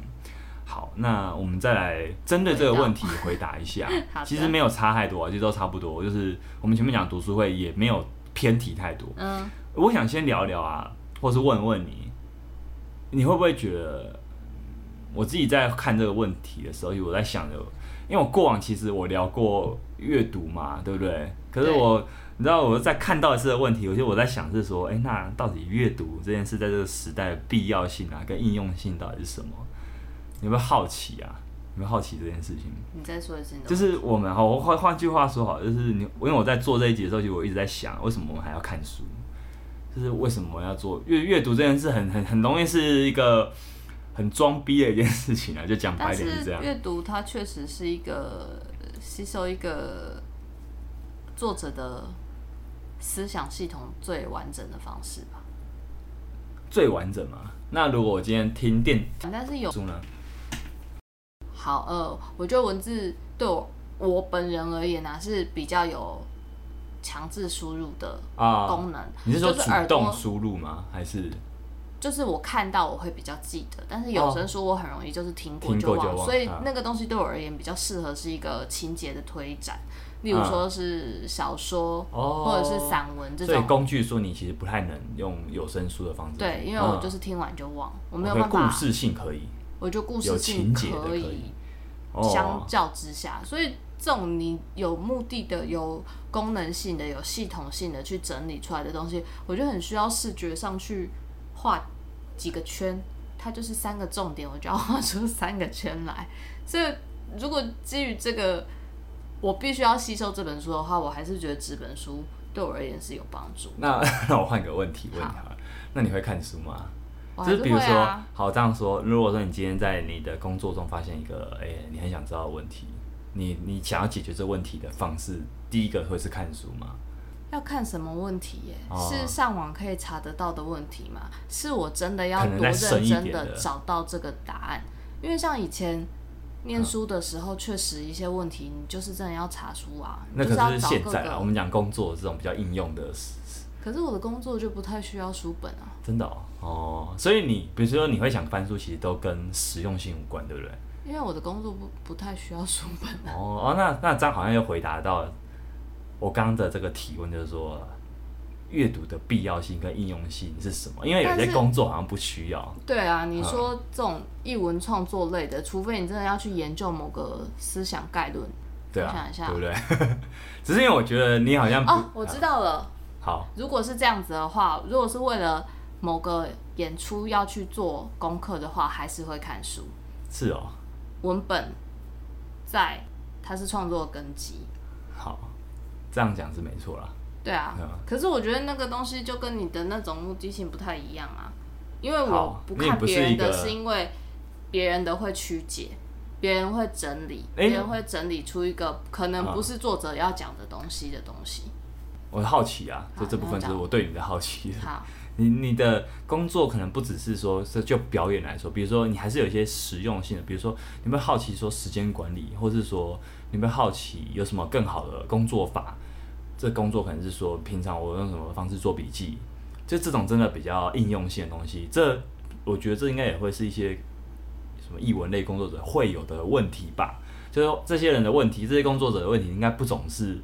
A: 好，那我们再来针对这个问题回答一下
B: 好的
A: 其实没有差太多、啊，其实都差不多。就是我们前面讲读书会也没有偏题太多，
B: 嗯，
A: 我想先聊聊啊，或是问问你，你会不会觉得我自己在看这个问题的时候，我在想着，因为我过往其实我聊过阅读嘛，对不对？可是
B: 对
A: 我，你知道我在看到一次的问题，我就我在想是说，哎、那到底阅读这件事在这个时代的必要性啊，跟应用性到底是什么？你有没有好奇啊？有没有好奇这件事情？
B: 你再说一次你的，
A: 就是我们哈，我换换句话说好，就是你，因为我在做这一集的时候，其实我一直在想，为什么我们还要看书？就是为什么要做阅阅读这件事很很很容易是一个很装逼的一件事情啊，就讲白
B: 但
A: 点是
B: 是
A: 这样。
B: 阅读它确实是一个呃吸收一个作者的思想系统最完整的方式吧。
A: 最完整嘛？那如果我今天听电
B: 但是有
A: 书呢？
B: 好，呃，我觉得文字对我我本人而言呢、啊是比较有强制输入的
A: 啊，
B: 功能。
A: 你是说
B: 就
A: 主
B: 是耳
A: 动
B: 朵，
A: 输入吗？还是
B: 就是我看到我会比较记得，但是有声书我很容易就是听过
A: 听
B: 就
A: 过
B: 忘，
A: 就忘
B: 所以
A: 啊
B: 那个东西对我而言比较适合是一个情节的推展，例如说是小说、
A: 哦
B: 或者是散文这
A: 所以
B: 种。
A: 工具说你其实不太能用有声书的方式？
B: 对，因为我
A: 嗯
B: 就是听完就忘，我
A: 我
B: 没有
A: 可以
B: 办法，
A: 故事性可以，
B: 我就故
A: 有
B: 事
A: 情
B: 性
A: 节的可
B: 以
A: 以
B: 相
A: 哦，
B: 较之下，所以这种你有目的的、有功能性的、有系统性的去整理出来的东西，我觉得很需要视觉上去画几个圈，它就是三个重点，我就要画出三个圈来。所以如果基于这个，我必须要吸收这本书的话，我还是觉得纸本书对我而言是有帮助。
A: 那 那我换个问题问你好了，那你会看书吗？
B: 我还
A: 就是是比如
B: 会
A: 说，
B: 啊，
A: 好这样说，如果说你今天在你的工作中发现一个，哎、你很想知道的问题，你你想要解决这问题的方式，第一个会是看书吗？
B: 要看什么问题耶、
A: 哦
B: 是上网可以查得到的问题吗？是我真的要
A: 可能
B: 多
A: 再深
B: 认
A: 一
B: 真
A: 点
B: 的
A: 的
B: 找到这个答案？因为像以前念书的时候，确实一些问题你就是真的要查书啊，
A: 嗯那
B: 你
A: 可
B: 就是要
A: 是
B: 找
A: 现
B: 各
A: 在啊，我
B: 个。
A: 们讲工作这种比较应用的，
B: 可是我的工作就不太需要书本啊，
A: 真的哦。哦所以你比如说你会想翻书，其实都跟实用性无关，对不对？
B: 因为我的工作不不太需要书本。啊
A: 哦哦，那那这样好像又回答到我刚刚的这个提问，就是说阅读的必要性跟应用性是什么？因为有
B: 但
A: 些
B: 是
A: 工作好像不需要。
B: 对啊，你
A: 嗯
B: 说这种译文创作类的，除非你真的要去研究某个思想概论。
A: 对
B: 我想
A: 啊
B: 一，下
A: 对不对？ 只是因为我觉得你好像不、
B: 哦，我知道了。
A: 好
B: 如果是这样子的话，如果是为了某个演出要去做功课的话，还是会看书。
A: 是哦，
B: 文本在它是创作根基，
A: 好，这样讲是没错啦。
B: 对啊
A: 对啊，
B: 可是我觉得那个东西就跟你的那种目的性不太一样啊，因为我
A: 好
B: 不
A: 那也
B: 看
A: 不是
B: 别人的，
A: 一个
B: 是因为别人的会曲解，别人会整理，
A: 哎
B: 别人会整理出一个可能
A: 啊
B: 不是作者要讲的东西的东西。
A: 我好奇啊，就
B: 好
A: 这部分
B: 你
A: 就是
B: 要讲
A: 我对你的好奇。
B: 好，
A: 你你的工作可能不只是说这就表演来说，比如说你还是有一些实用性的，比如说你会好奇说时间管理，或是说你会好奇有什么更好的工作法。这工作可能是说平常我用什么方式做笔记，就这种真的比较应用性的东西。这我觉得这应该也会是一些什么译文类工作者会有的问题吧。就是说这些人的问题，这些工作者的问题，应该不总是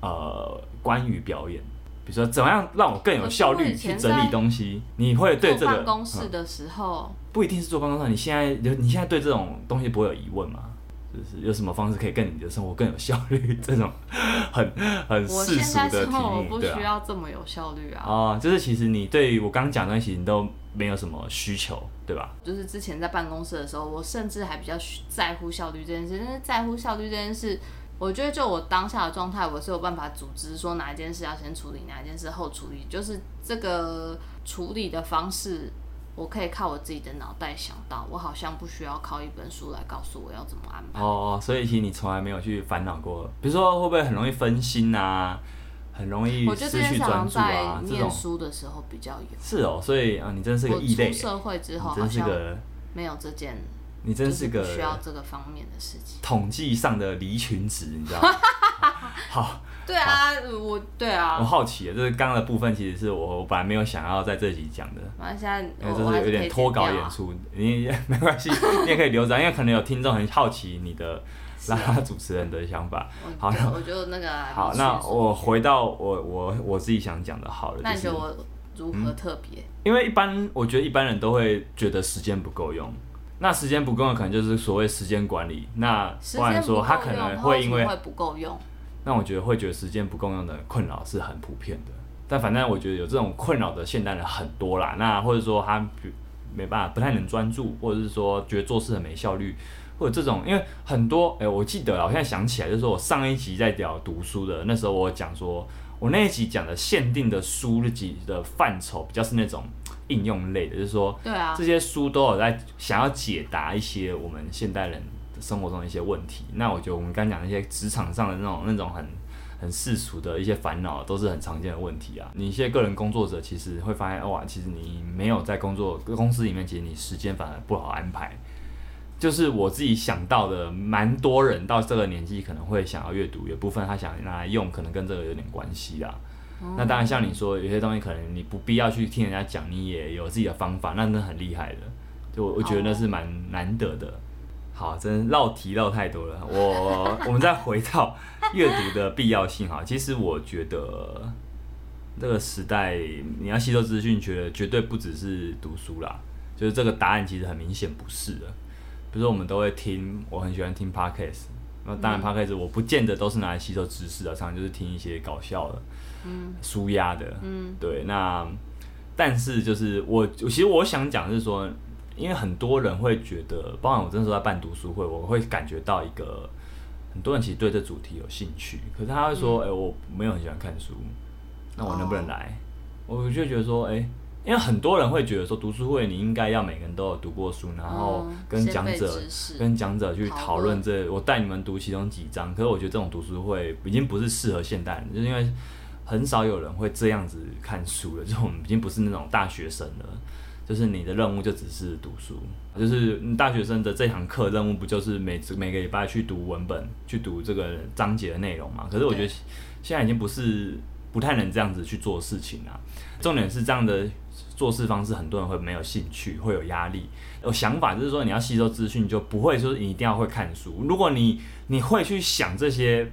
A: 呃关于表演，比如说怎么样让我更有效
B: 哦
A: 率去整理东西，你会对这
B: 做
A: 个
B: 办公室
A: 嗯
B: 的时候，
A: 不一定是做办公室，你现在有你现在对这种东西不会有疑问吗？就是有什么方式可以更你的生活更有效率？这种很 很
B: 我
A: 世
B: 现
A: 俗
B: 在
A: 的
B: 生
A: 题
B: 活我
A: 目，
B: 不
A: 对啊
B: 需。要这么有效率啊，
A: 哦，就是其实你对于我刚刚讲的东西，你都没有什么需求，对吧？
B: 就是之前在办公室的时候，我甚至还比较在乎效率这件事，但是在乎效率这件事，我觉得就我当下的状态，我是有办法组织说哪一件事要先处理，哪一件事后处理，就是这个处理的方式，我可以靠我自己的脑袋想到，我好像不需要靠一本书来告诉我要怎么安排。
A: 哦，所以其实你从来没有去烦恼过，比如说会不会很容易分心啊，很容易
B: 我觉得这
A: 失
B: 件
A: 去
B: 事好
A: 专
B: 像
A: 注
B: 在
A: 啊，这
B: 念
A: 种
B: 书的时候比较有，
A: 是哦，所以啊，你真是个
B: 我
A: 异类耶，
B: 出社会之后
A: 你
B: 好
A: 真是
B: 像
A: 个，
B: 没有这件，
A: 你真是
B: 就是不需要
A: 个
B: 这个方面的事情。
A: 统计上的离群值，你知道吗？ 好，哦
B: 对啊，我对啊，
A: 我好奇，就是刚刚的部分，其实是我我本来没有想要在这集讲的，
B: 反正现在
A: 因为
B: 哦我
A: 哎这是
B: 还
A: 有
B: 可
A: 点
B: 以
A: 脱稿
B: 剪掉
A: 演
B: 啊
A: 出，你没关 系，你也可以留着，因为可能有听众很好奇你的拉拉主持人的想 法。好
B: 我
A: 那
B: 我就那个还不
A: 好，
B: 是
A: 那
B: 说
A: 我回到我我我自己想讲的，好了，
B: 那
A: 就
B: 你
A: 是嗯
B: 觉得我如何特别？
A: 因为一般我觉得一般人都会觉得时间不够用，那时间不够用可能就是所谓时间管理。那
B: 时
A: 不然
B: 间不
A: 说
B: 够
A: 他可
B: 用，
A: 能
B: 他
A: 会
B: 什
A: 因
B: 么
A: 为
B: 会不够用，
A: 那我觉得会觉得时间不够用的困扰是很普遍的。但反正我觉得有这种困扰的现代人很多啦。那或者说他比没办法，不太能专注，或者是说觉得做事很没效率，或者这种，因为很多哎、我记得啊，我现在想起来，就是我上一集在聊读书的，那时候我讲说，我那一集讲的限定的书那集的范畴比较是那种应用类的，就是说
B: 对啊
A: 这，些书都有在想要解答一些我们现代人生活中的一些问题。那我觉得我们刚讲那些职场上的那种那种很很世俗的一些烦恼，都是很常见的问题啊。你一些个人工作者其实会发现，哇，其实你没有在工作公司里面，其实你时间反而不好安排。就是我自己想到的，蛮多人到这个年纪可能会想要阅读，有部分他想拿来用，可能跟这个有点关系啦。那当然，像你说，有些东西可能你不必要去听人家讲，你也有自己的方法，那那很厉害的。就我我觉得那是蛮难得的。好，真绕题绕太多了。我我们再回到阅读的必要性哈。其实我觉得这个时代你要吸收资讯，觉得绝对不只是读书啦。就是这个答案其实很明显不是的。比如说我们都会听，我很喜欢听 podcast。那当然，podcast 我不见得都是拿来吸收知识的，啊常常就是听一些搞笑的。
B: 嗯
A: 舒压的，
B: 嗯，
A: 对。那但是就是我，我其实我想讲的是说，因为很多人会觉得，包括我那时候在办读书会，我会感觉到一个很多人其实对这主题有兴趣，可是他会
B: 嗯
A: 说，哎、我没有很喜欢看书，那我能
B: 哦
A: 不能来？我就觉得说，哎、因为很多人会觉得说，读书会你应该要每个人都有读过书，然后
B: 嗯
A: 跟
B: 先
A: 讲
B: 辈
A: 者
B: 知识
A: 跟讲者去
B: 讨
A: 讨
B: 论
A: 论这，我带你们读其中几章。可是我觉得这种读书会已经不是适合现代人，就是因为很少有人会这样子看书了，就我们已经不是那种大学生了。就是你的任务就只是读书，就是你大学生的这堂课任务不就是每次每个礼拜去读文本，去读这个章节的内容嘛？可是我觉得现在已经不是不太能这样子去做事情啦、重点是这样的做事方式，很多人会没有兴趣，会有压力。有想法就是说，你要吸收资讯，就不会说你一定要会看书。如果你你会去想这些，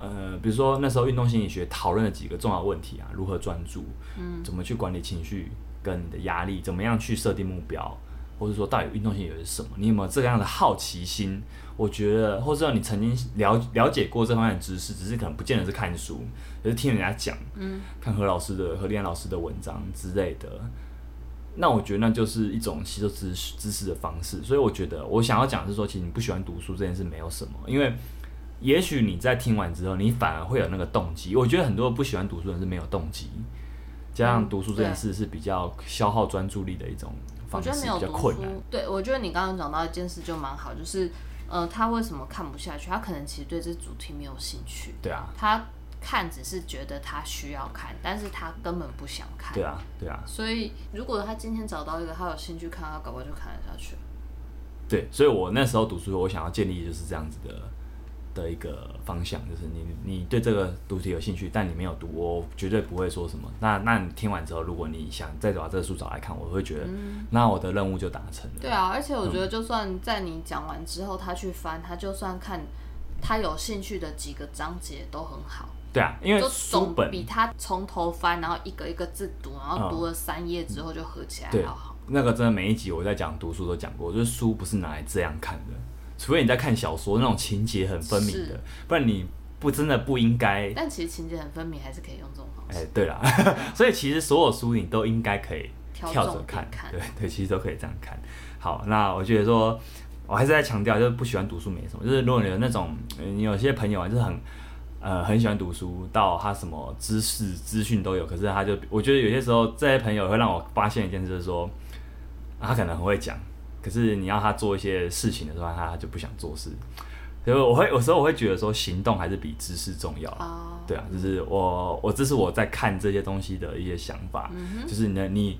A: 呃，比如说那时候运动心理学讨论了几个重要问题啊，如何专注，嗯，怎么去管理情绪跟你的压力，怎么样去设定目标，或者说到底运动心理学是什么？你有没有这样的好奇心？我觉得，或者说你曾经了了解过这方面的知识，只是可能不见得是看书，而是听人家讲，嗯，看何老师的何立安老师的文章之类的。那我觉得那就是一种吸收知识知识的方式，所以我觉得我想要讲的是说，其实你不喜欢读书这件事没有什么，因为也许你在听完之后，你反而会有那个动机。我觉得很多不喜欢读书的人是没有动机，加
B: 嗯
A: 上读书这件事是比较消耗专注力的一种
B: 我
A: 方式，
B: 觉得没有
A: 比较
B: 读
A: 困
B: 书
A: 难。，
B: 对我觉得你刚刚讲到一件事就蛮好，就是呃，他为什么看不下去？他可能其实对这主题没有兴趣，
A: 对啊，
B: 他看只是觉得他需要看，但是他根本不想看。
A: 对啊，对啊，
B: 所以如果他今天找到一个他有兴趣看，他搞不好就看得下去。
A: 对。所以我那时候读书，我想要建立就是这样子的的一个方向，就是你你对这个读题有兴趣，但你没有读，我绝对不会说什么。那那你听完之后，如果你想再把这个书找来看，我会觉得、那我的任务就达成了。
B: 对啊，而且我觉得就算在你讲完之后，他去翻，他就算看他有兴趣的几个章节都很好。
A: 对啊，因为
B: 就
A: 书
B: 总
A: 本
B: 比他从头翻，然后一个一个字读，然后读了三页之后就合起来
A: 对
B: 好好。
A: 那个真的每一集我在讲读书都讲过，就是书不是拿来这样看的，除非你在看小说那种情节很分明的
B: 是，
A: 不然你不真的不应该。
B: 但其实情节很分明，还是可以用这种方
A: 哎、
B: 式。
A: 对啦， 所以其实所有书你都应该可以
B: 挑
A: 跳着
B: 重点
A: 看，
B: 看
A: 对对，其实都可以这样看。好，那我觉得说，我还是在强调，就是不喜欢读书没什么，就是如果你有那种，呃你有些朋友啊，就是很。呃，很喜欢读书，到他什么知识资讯都有，可是他就，我觉得有些时候这些朋友会让我发现一件事，就是说，啊他可能很会讲，可是你要他做一些事情的时候，他他就不想做事。所以我会有时候我会觉得说，行动还是比知识重要啦。
B: 哦，
A: 对啊，就是我我这是我在看这些东西的一些想法，
B: 嗯
A: 就是你的你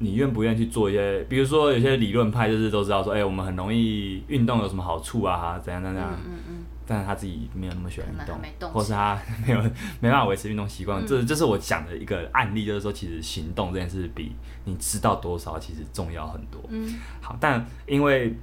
A: 你愿不愿意去做一些，比如说有些理论派就是都知道说，哎、我们很容易运动有什么好处啊，怎样怎样怎样，
B: 嗯嗯，
A: 但是他自己没有那么喜欢运
B: 可能还没
A: 动，
B: 动
A: 或是他 没有没办法维持运动习惯，
B: 嗯
A: 这这是我讲的一个案例，就是说其实行动这件事比你知道多少其实重要很多。
B: 嗯，
A: 好，但因为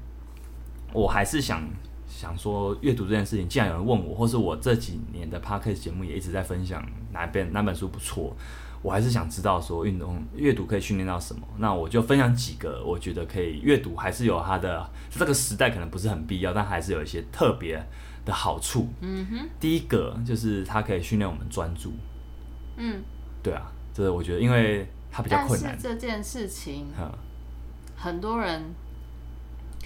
A: 我还是想想说，阅读这件事情，既然有人问我，或是我这几年的 podcast 节目也一直在分享哪本哪本书不错，我还是想知道说运动阅读可以训练到什么。那我就分享几个，我觉得可以阅读还是有它的这个时代可能不是很必要，但还是有一些特别的好处。
B: 嗯哼，
A: 第一个就是它可以训练我们专注，
B: 嗯。
A: 对啊，这我觉得因为它比较
B: 但
A: 困
B: 是
A: 难，
B: 这件事情，
A: 嗯，
B: 很多人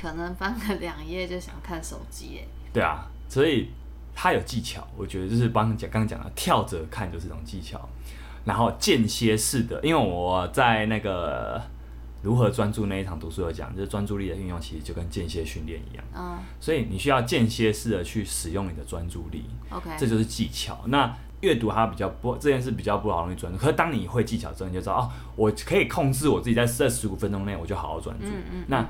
B: 可能翻个两页就想看手机耶，
A: 对啊，所以它有技巧，我觉得就是帮你讲刚刚讲的跳着看就是一种技巧，然后间歇式的，因为我在那个如何专注那一场读书有讲，就是专注力的运用其实就跟间歇训练一样，
B: 嗯
A: 所以你需要间歇式的去使用你的专注力，这
B: ，OK，
A: 就是技巧。那阅读它比较不，这件事比较不容易专注。可是当你会技巧之后，你就知道哦，我可以控制我自己在这十五分钟内，我就好好专注。
B: 嗯嗯
A: 那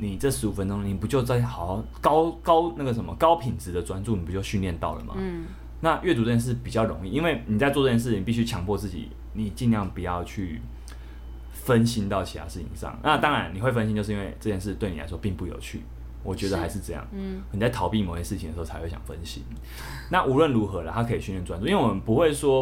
A: 你这十五分钟，你不就在好好高高那个什么高品质的专注，你不就训练到了吗？
B: 嗯，
A: 那阅读这件事比较容易，因为你在做这件事，你必须强迫自己，你尽量不要去分心到其他事情上。那当然，你会分心，就是因为这件事对你来说并不有趣。我觉得
B: 是
A: 还是这样，
B: 嗯，
A: 你在逃避某些事情的时候才会想分心。那无论如何了，它可以训练专注，因为我们不会说，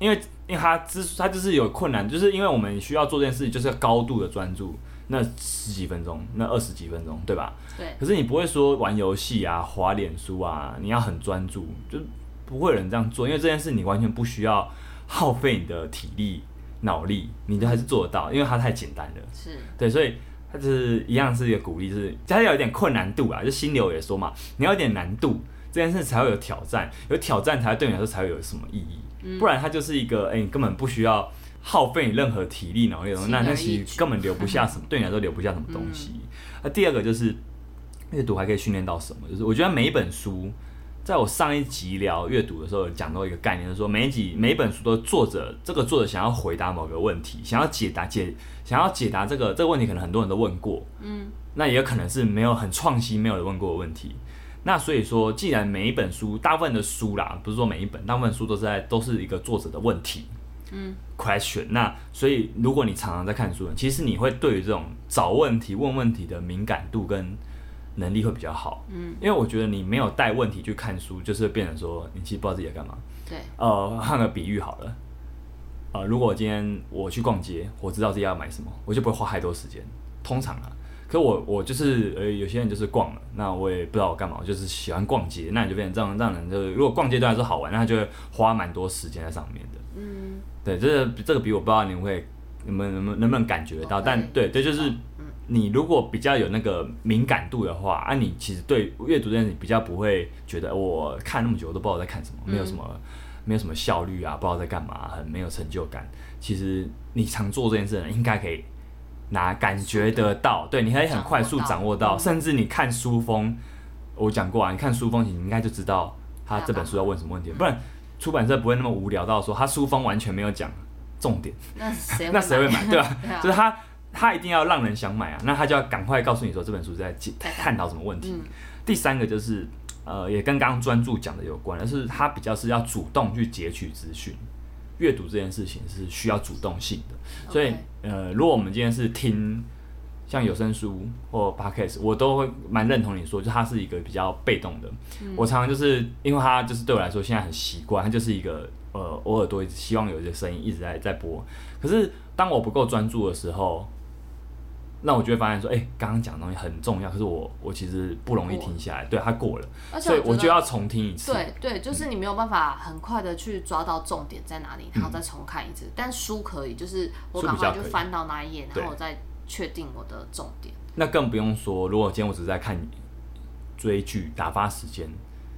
A: 因为因为它之它就是有困难，就是因为我们需要做这件事情，就是要高度的专注，那十几分钟，那二十几分钟，对吧？
B: 嗯对，
A: 可是你不会说玩游戏啊、滑脸书啊，你要很专注，就不会有人这样做，因为这件事你完全不需要耗费你的体力、脑力，你都还是做得到，因为它太简单了。
B: 是，
A: 对，所以它就是一样是一个鼓励，就是它要有点困难度啊，就心流也说嘛，你要有点难度，这件事才会有挑战，有挑战才对你来说才会有什么意
B: 嗯
A: 义，不然它就是一个哎、你根本不需要耗费你任何体力脑力的东西，那
B: 轻
A: 那
B: 而易
A: 其实
B: 举
A: 根本留不下什么，对你来说留不下什么东西。那、第二个就是阅读还可以训练到什么？就是我觉得每一本书。在我上一集聊阅读的时候，有讲到一个概念，就是说每一集每一本书都作者这个作者想要回答某个问题，想要解答解想要解答这个这个问题，可能很多人都问过，
B: 嗯，
A: 那也有可能是没有很创新，没有人问过的问题。那所以说，既然每一本书，大部分的书啦，不是说每一本，大部分书都是在都是一个作者的问题，
B: 嗯
A: ，question。那所以，如果你常常在看书，其实你会对于这种找问题、问问题的敏感度跟能力会比较好，
B: 嗯，
A: 因为我觉得你没有带问题去看书，就是会变成说你其实不知道自己在干嘛。
B: 对，
A: 呃，换个比喻好了，呃，如果今天我去逛街，我知道自己要买什么，我就不会花太多时间。通常啊，可我我就是呃，有些人就是逛了，那我也不知道我干嘛，我就是喜欢逛街，那你就变成这样，让人就是如果逛街对他来说好玩，那他就会花蛮多时间在上面的。
B: 嗯，
A: 对，这个这个比我不知道你们会你们能不能能不能感觉得到，
B: 我会
A: 但对对，就是
B: 嗯
A: 你如果比较有那个敏感度的话，啊，你其实对阅读这件事情比较不会觉得我看那么久我都不知道我在看什么，没有什么、没有什么效率啊，不知道在干嘛，很没有成就感。其实你常做这件事的人应该可以拿感觉得到，对，你可以很快速掌握
B: 掌
A: 到，嗯
B: 握到
A: 甚至你看书风，我讲过啊，你看书风，你应该就知道他这本书要问什么问题，不然出版社不会那么无聊到说他书风完全没有讲重点。
B: 那 谁
A: 那谁会买？对吧、
B: 对啊
A: 就是他他一定要让人想买啊，那他就要赶快告诉你说这本书在解
B: 在
A: 探讨什么问题。
B: 嗯
A: 第三个就是呃，也跟刚刚专注讲的有关，但是他比较是要主动去截取资讯。阅读这件事情是需要主动性的，所以
B: OK
A: 呃，如果我们今天是听像有声书或 podcast，我都会蛮认同你说，就它是一个比较被动的。
B: 嗯
A: 我常常就是因为它就是对我来说现在很习惯，它就是一个呃我耳朵一直希望有一些声音一直在在播，可是当我不够专注的时候，那我就会发现说，哎、刚刚讲的东西很重要，可是我我其实不容易停下来，对它过了，
B: 而且
A: 所以我
B: 觉
A: 就
B: 得
A: 要重听一次。
B: 对对，就是你没有办法很快的去抓到重点在哪里，然后再重看一次。但书可以，就是我
A: 嗯书
B: 赶
A: 比较
B: 快就
A: 可以
B: 翻到那一页，然
A: 对
B: 后我再确定我的重点。
A: 那更不用说，如果今天我只是在看追剧打发时间，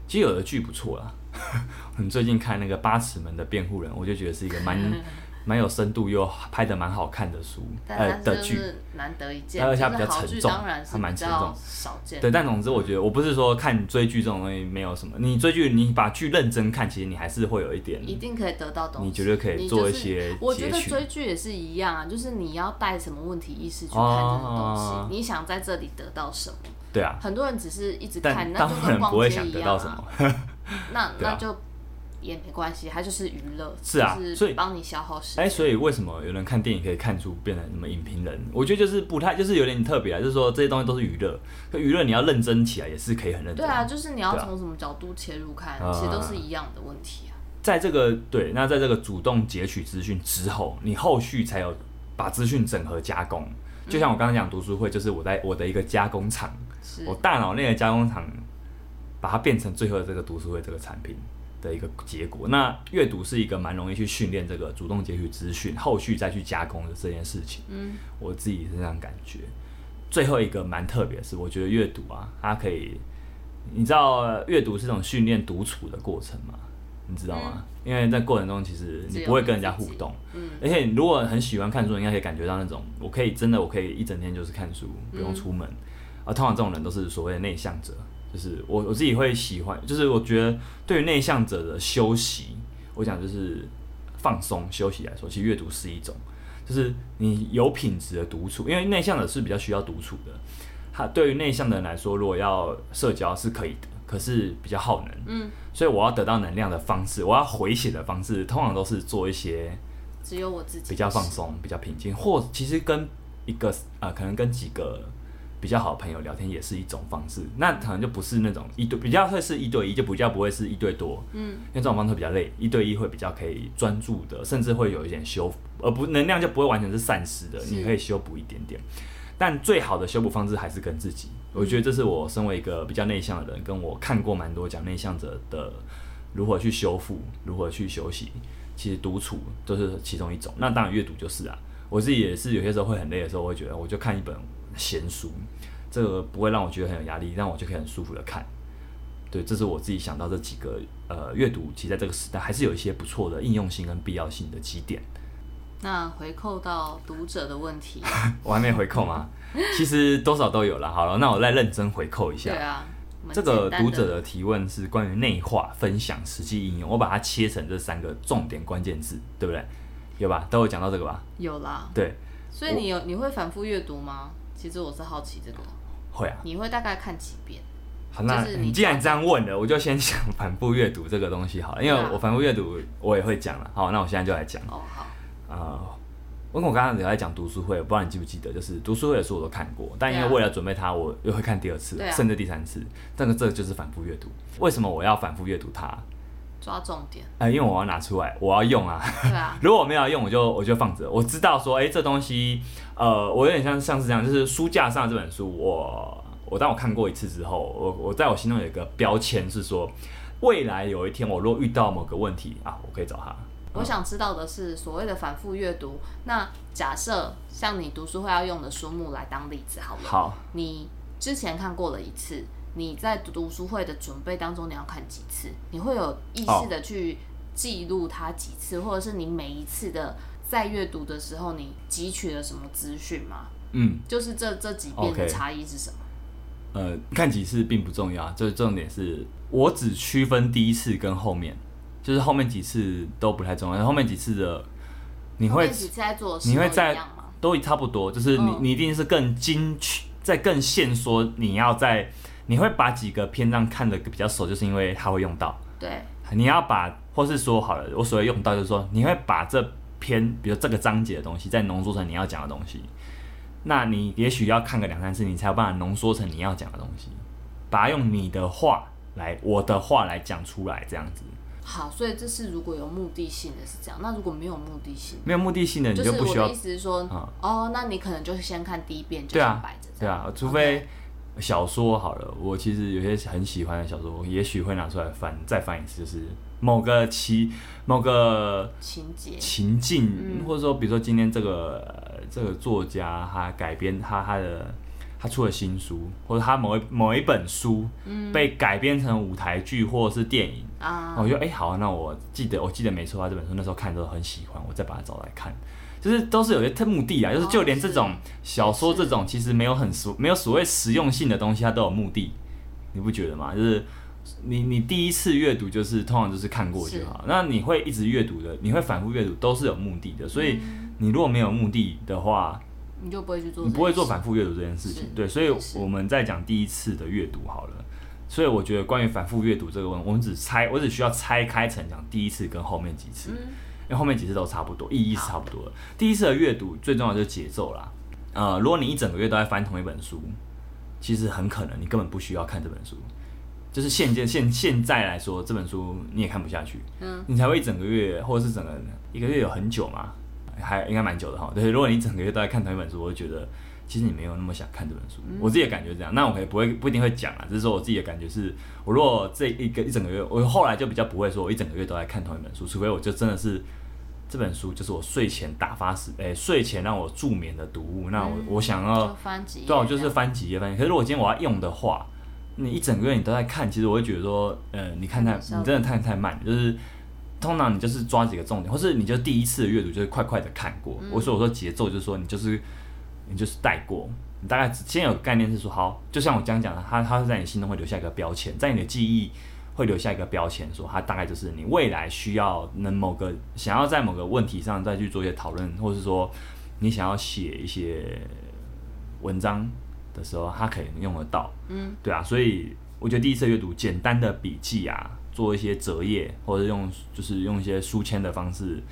A: 其实有的剧不错啦。 我们最近看那个《八尺门的辩护人》，我就觉得是一个 蛮蛮有深度又拍的蛮好看的书，呃
B: 但它
A: 的
B: 就
A: 剧。
B: 是难得一见，
A: 而且它
B: 就
A: 比
B: 是
A: 较
B: 好
A: 沉
B: 剧
A: 重
B: 当然是
A: 它蛮
B: 比
A: 沉
B: 较
A: 重
B: 少见。
A: 对，但总之我觉得我不是说看追剧这种东西没有什么，你追剧你把剧认真看，其实你还是会有一点，
B: 一定可以得到东西。
A: 你绝对可以
B: 你
A: 做一
B: 就是
A: 些
B: 我觉
A: 截
B: 得
A: 取。
B: 追剧也是一样啊，就是你要带什么问题意识去看这个东西，
A: 哦
B: 你想在这里得到什么？
A: 对啊，
B: 很多人只是一直看，
A: 但
B: 那
A: 大部
B: 就
A: 分
B: 跟
A: 人不
B: 逛
A: 会
B: 街
A: 想
B: 一
A: 得
B: 样
A: 到什么
B: 啊。。那
A: 对啊
B: 那就也没关系，它就是娱乐，
A: 是啊
B: 就
A: 所
B: 是
A: 以
B: 帮你消耗时
A: 哎、
B: 间。
A: 所以为什么有人看电影可以看出变成什么影评人？我觉得就是不太，就是有点特别啊，就是说这些东西都是娱乐，可娱乐你要认真起来也是可以很认真。
B: 对啊，，就是你要
A: 对啊
B: 从什么角度切入看，
A: 啊
B: 其实都是一样的问题啊。
A: 在这个对，那在这个主动截取资讯之后，你后续才有把资讯整合加工。就
B: 嗯
A: 像我刚刚讲读书会，就是我在我的一个加工厂，
B: 是
A: 我大脑内的加工厂，把它变成最后的这个读书会这个产品的一个结果。那阅读是一个蛮容易去训练这个主动截取资讯，后续再去加工的这件事情。
B: 嗯，
A: 我自己是这样感觉。最后一个蛮特别的是，我觉得阅读啊，它可以，你知道阅读是一种训练独处的过程嘛？你知道吗？因为在过程中，其实
B: 只
A: 你
B: 有
A: 不会
B: 你
A: 跟人家
B: 自
A: 互
B: 己
A: 动，
B: 嗯，
A: 而且你如果很喜欢看书，应该可以感觉到那种，我可以真的我可以一整天就是看书，不用出门。啊，通常这种人都是所谓的内向者，就是我我自己会喜欢，就是我觉得对于内向者的休息，我讲就是放松休息来说，其实阅读是一种，就是你有品质的独处，因为内向者是比较需要独处的。他对于内向的人来说，如果要社交是可以的，可是比较耗能。
B: 嗯，
A: 所以我要得到能量的方式，我要回血的方式，通常都是做一些
B: 只有我自己
A: 比较放
B: 是
A: 松、比较平静，或其实跟一个呃，可能跟几个比较好的朋友聊天也是一种方式。那可能就不是那种一对，比较会是一对一，就比较不会是一对多。
B: 嗯，
A: 因为这种方式比较累，一对一会比较可以专注的，甚至会有一点修复，而不能量就不会完全是散失的，
B: 是
A: 你可以修补一点点。但最好的修补方式还是跟自己。我觉得这是我身为一个比较内向的人，跟我看过蛮多讲内向者的如何去修复、如何去休息，其实独处都是其中一种。那当然阅读就是啊，我自己也是有些时候会很累的时候，我会觉得我就看一本闲书，这个不会让我觉得很有压力，让我就可以很舒服的看。对，这是我自己想到这几个呃阅读，其实在这个时代还是有一些不错的应用性跟必要性的基点。
B: 那回扣到读者的问题，
A: 我还没回扣 吗？其实多少都有了。好了，那我再认真回扣一下
B: 对。啊，我们
A: 这个
B: 简单
A: 读
B: 地
A: 者的提问是关于内化、分享、实际应用，我把它切成这三个重点关键字，对不对？有吧？都有讲到这个吧？
B: 有啦，
A: 对，
B: 所以你有你会反复阅读吗？其实我是好奇这个，
A: 会啊。
B: 你会大概看几遍？
A: 好，那
B: 就是你
A: 既然这样问了，我就先想反复阅读这个东西好了，因为
B: 对啊
A: 我反复阅读我也会讲了。好，那我现在就来讲。
B: 哦，好，
A: 呃，我跟我刚刚有在讲读书会，我不知道你记不记得，就是读书会的书我都看过，但因为
B: 对啊
A: 为了准备它，我又会看第二次，
B: 对啊
A: 甚至第三次。但是这个就是反复阅读。为什么我要反复阅读它？
B: 抓重点，
A: 呃，因为我要拿出来，我要用啊。
B: 对啊，
A: 如果我没有要用，我就我就放着。我知道说，哎、这东西，呃，我有点像像是这样，就是书架上的这本书，我我当我看过一次之后，我我在我心中有一个标签是说，未来有一天我若遇到某个问题啊，我可以找他。
B: 我想知道的是所谓的反复阅读。那假设像你读书会要用的书目来当例子好了，
A: 好，
B: 你之前看过了一次，你在读书会的准备当中你要看几次？你会有意识的去记录它几次，或者是你每一次的在阅读的时候你汲取了什么资讯吗？
A: 嗯，
B: 就是这这几遍的
A: OK
B: 差异是什么
A: 呃，看几次并不重要，就是重点是我只区分第一次跟后面，就是后面几次都不太重要，后面几次的你
B: 后
A: 会
B: 面几次在做的事
A: 你会
B: 都
A: 在
B: 一样吗？
A: 都差不多，就是你、
B: 嗯
A: 你一定是更精确，在更限缩，你要在你会把几个篇章看得比较熟，就是因为它会用到。
B: 对，
A: 你要把，或是说好了，我所谓用到就是说，你会把这篇，比如这个章节的东西，再浓缩成你要讲的东西。那你也许要看个两三次，你才有办法浓缩成你要讲的东西，把它用你的话来，我的话来讲出来，这样子
B: 好，所以这是如果有目的性的是这样，那如果没有目的性，
A: 没有目的性的你
B: 是
A: 不
B: 我
A: 需要
B: 的意，思是说，
A: 嗯
B: 哦，那你可能就是先看第一遍就
A: 对
B: 先
A: 啊
B: 摆着，这
A: 对
B: 样，
A: 啊，除非小说好了，我其实有些很喜欢的小说，我也许会拿出来翻再翻一次，就是某个期某个
B: 情节，
A: 情境，
B: 嗯
A: 或者说比如说今天这个、呃这个作家他改编他他的他出了新书，或者他某一某一本书、被改编成舞台剧或者是电影，
B: 啊，
A: 我就哎、好，那我记得我记得没错啊，这本书那时候看的时候很喜欢，我再把它找来看。就是都是有些特目的啊，就是
B: 哦
A: 就连这种小说
B: 是
A: 这种其实没有很实没有所谓实用性的东西，它都有目的，你不觉得吗？就是你你第一次阅读就是通常就是看过
B: 是
A: 就好，那你会一直阅读的，你会反复阅读都是有目的的，所以
B: 嗯
A: 你如果没有目的的话，
B: 你就不会去做，
A: 你不会做，反复阅读这件事情
B: 是。
A: 对，所以
B: 是
A: 我们在讲第一次的阅读好了。所以我觉得关于反复阅读这个问，我们只拆，我只需要拆开成讲第一次跟后面几次，
B: 嗯，
A: 因为后面几次都差不多，意义是差不多的。第一次的阅读最重要的就是节奏啦。呃，如果你一整个月都在翻同一本书，其实很可能你根本不需要看这本书。就是现阶现现在来说，这本书你也看不下去，
B: 嗯，
A: 你才会一整个月或者是整个一个月有很久嘛，还应该蛮久的哈。对，如果你整个月都在看同一本书，我就觉得其实你没有那么想看这本
B: 嗯
A: 书。我自己的感觉这样，那我可以不会不一定会讲啊，只是说我自己的感觉是，我如果这一个一整个月，我后来就比较不会说我一整个月都在看同一本书，除非我就真的是这本书就是我睡前打发时，诶、睡前让我助眠的读物。那我、
B: 嗯
A: 我想要
B: 就翻几页这
A: 对啊，
B: 样，
A: 我就是翻几页翻几页。可是如果今天我要用的话，你一整个月你都在看，其实我会觉得说，呃，你看太，
B: 很少
A: 你真的看太慢，就是通常你就是抓几个重点，或是你就第一次的阅读就是快快的看过。我所以我说节奏就是说你就是你就是带过，你大概只先有概念是说好，就像我刚刚讲的，它它是在你心中会留下一个标签，在你的记忆。会留下一个标签，说它大概就是你未来需要能某个想要在某个问题上再去做一些讨论，或是说你想要写一些文章的时候，它可以用得到。
B: 嗯，
A: 对啊，所以我觉得第一次阅读简单的笔记啊，做一些折页，或者用就是用一些书签的方式，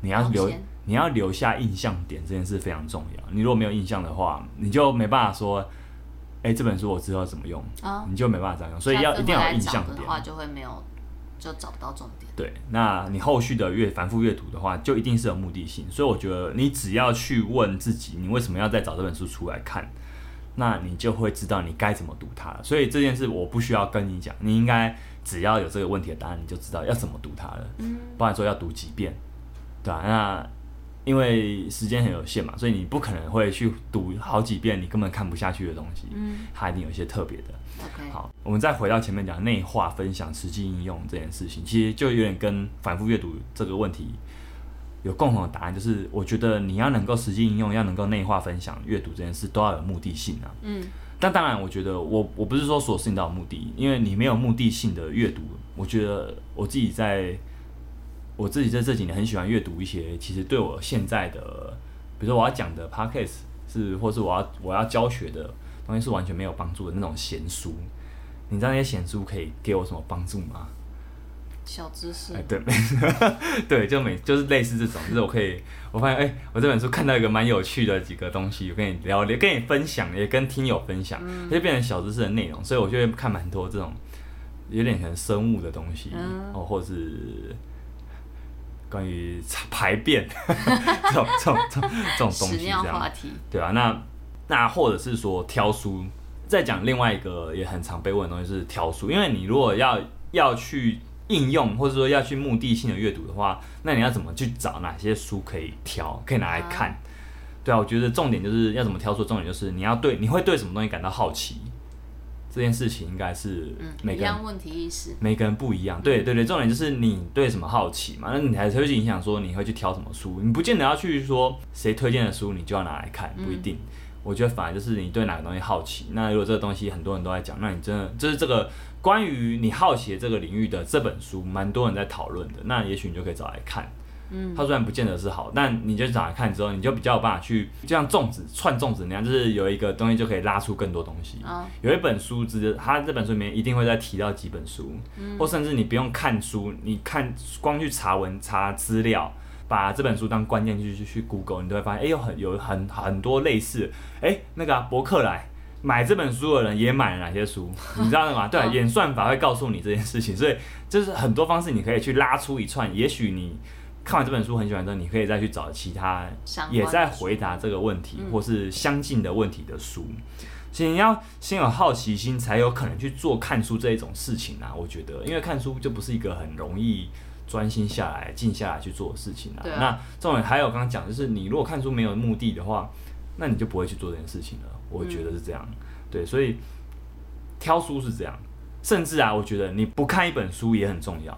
A: 你要
B: 书
A: 留
B: 签
A: 你要留下印象点，这件事非常重要。你如果没有印象的话，你就没办法说，哎、这本书我知道怎么用，
B: 啊，
A: 你就没办法这样用，所以
B: 下
A: 要
B: 次
A: 一定
B: 回
A: 要
B: 来
A: 有印
B: 找
A: 象
B: 的
A: 点。嗯
B: 话，就会没有，就找不到重点。
A: 对，那你后续的阅反复阅读的话，就一定是有目的性。所以我觉得你只要去问自己，你为什么要再找这本书出来看，那你就会知道你该怎么读它了。所以这件事我不需要跟你讲，你应该只要有这个问题的答案，你就知道要怎么读它了。
B: 嗯，
A: 包含说要读几遍，对吧、那因为时间很有限嘛，所以你不可能会去读好几遍你根本看不下去的东西。
B: 嗯
A: 它一定有一些特别的。
B: ，OK，
A: 好，我们再回到前面讲内化、分享、实际应用这件事情，其实就有点跟反复阅读这个问题有共同的答案，就是我觉得你要能够实际应用，要能够内化、分享、阅读这件事，都要有目的性啊。
B: 嗯，
A: 但当然，我觉得我我不是说所有事情都有目的，因为你没有目的性的阅读，我觉得我自己在我自己在这几年很喜欢阅读一些，其实对我现在的，比如说我要讲的 podcast 是，或是我要我要教学的东西是完全没有帮助的那种闲书。你知道那些闲书可以给我什么帮助吗？
B: 小知识
A: 哎、，对，没对， 就每就是类似这种，就是我可以，我发现，哎、我这本书看到一个蛮有趣的几个东西，我跟你聊，聊，跟你分享，也跟听友分享，
B: 嗯
A: 它就变成小知识的内容，所以我就会看蛮多这种有点可能生物的东西，
B: 嗯
A: 哦，或是关于 排便这种这种这种这种东
B: 屎
A: 西，这
B: 尿话
A: 样
B: 题，
A: 对啊，那那或者是说挑书，再讲另外一个也很常被问的东西是挑书，因为你如果要要去应用，或者说要去目的性的阅读的话，那你要怎么去找哪些书可以挑，可以拿来看？对啊，我觉得重点就是要怎么挑出，重点就是你要对你会对什么东西感到好奇，这件事情应该是每
B: 嗯，一
A: 个人
B: 样问题意识，
A: 每个人不一样，对对对，重点就是你对什么好奇嘛，那你才会去影响说你会去挑什么书，你不见得要去说谁推荐的书你就要拿来看，不一定。我觉得反而就是你对哪个东西好奇，那如果这个东西很多人都在讲，那你真的就是这个关于你好奇的这个领域的这本书，蛮多人在讨论的，那也许你就可以找来看。
B: 嗯，
A: 它虽然不见得是好，但你就找来看之后，你就比较有办法去，就像粽子串粽子那样，就是有一个东西就可以拉出更多东西。
B: 啊、
A: 有一本书只，它这本书里面一定会再提到几本书，或甚至你不用看书，你看光去查文查资料，把这本书当关键去去去 Google，你都会发现，哎、有很有很很多类似，哎、那个、啊、伯克莱。买这本书的人也买了哪些书，你知道的吗？对，啊
B: 嗯
A: 演算法会告诉你这件事情，所以就是很多方式你可以去拉出一串。也许你看完这本书很喜欢之后，你可以再去找其他
B: 相关的嗯
A: 也在回答这个问题或是相近的问题的书。所以你要先有好奇心，才有可能去做看书这一种事情啊。我觉得，因为看书就不是一个很容易专心下来、静下来去做的事情啊。
B: 对啊
A: 那重点还有刚刚讲，就是你如果看书没有目的的话，那你就不会去做这件事情了。我觉得是这样。
B: 嗯
A: 对，所以挑书是这样，甚至啊，我觉得你不看一本书也很重要，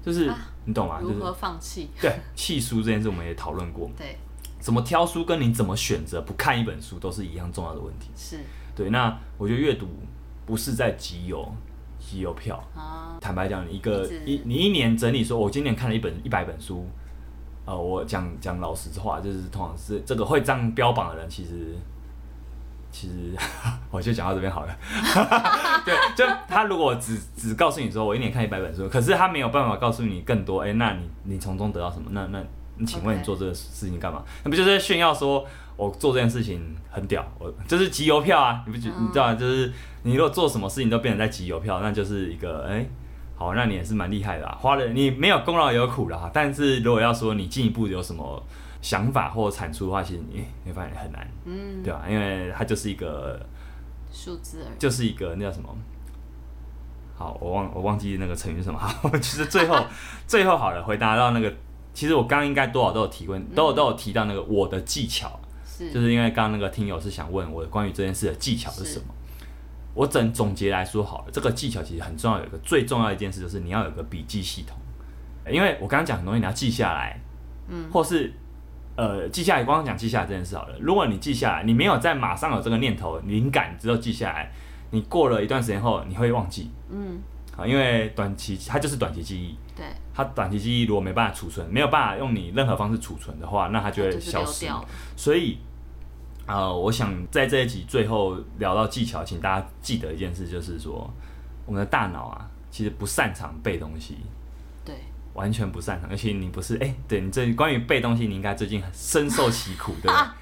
A: 就是、
B: 啊
A: 你懂吗？就
B: 如
A: 是
B: 何放弃？
A: 对弃书这件事，我们也讨论过，
B: 对，
A: 怎么挑书跟你怎么选择不看一本书都是一样重要的问题。
B: 是
A: 对，那我觉得阅读不是在集邮集邮票，
B: 啊，
A: 坦白讲，你一个
B: 一直
A: 一你一年整理说，我今年看了一本一百本书，呃，我讲讲老实话，就是通常是这个会这样标榜的人，其实其实 我就讲到这边好了。 对，就他如果只只告诉你说我一年看一百本书，可是他没有办法告诉你更多，哎、那你你从中得到什么？那那那请问
B: OK
A: 你做这个事情干嘛那不就是在炫耀说我做这件事情很屌，我就是集邮票啊，你不觉、
B: 嗯
A: 你知道吗？就是你如果做什么事情都变成在集邮票，那就是一个哎。好，那你也是蛮厉害的啊，花了你没有功劳也有苦劳啊。但是如果要说你进一步有什么想法或产出的话，其实你你会发现很难，
B: 嗯，
A: 对吧、啊因为它就是一个
B: 数字而已，
A: 就是一个那叫什么？好，我忘我忘记那个成语是什么。 好，其实最后最后好了，回答到那个，其实我刚刚应该多少都有提问，都有都有提到那个我的技巧，
B: 是
A: 就是因为刚刚那个听友是想问我关于这件事的技巧是什么。我整总结来说好了，这个技巧其实很重要，有一个最重要的一件事就是你要有个笔记系统，因为我刚刚讲的东西你要记下来，
B: 嗯
A: 或是呃记下来，光讲记下来这件事好了。如果你记下来，你没有在马上有这个念头、灵感之后记下来，你过了一段时间后你会忘记
B: 嗯，
A: 啊，因为短期它就是短期记忆，
B: 对，
A: 它短期记忆如果没办法储存，没有办法用你任何方式储存的话，那它就会
B: 就是
A: 消
B: 丢
A: 失。
B: 掉了，
A: 所以，呃，我想在这一集最后聊到技巧，请大家记得一件事，就是说我们的大脑啊，其实不擅长背东西。
B: 对，
A: 完全不擅长，而且你不是哎、对你这关于背东西，你应该最近很深受其苦，对吧？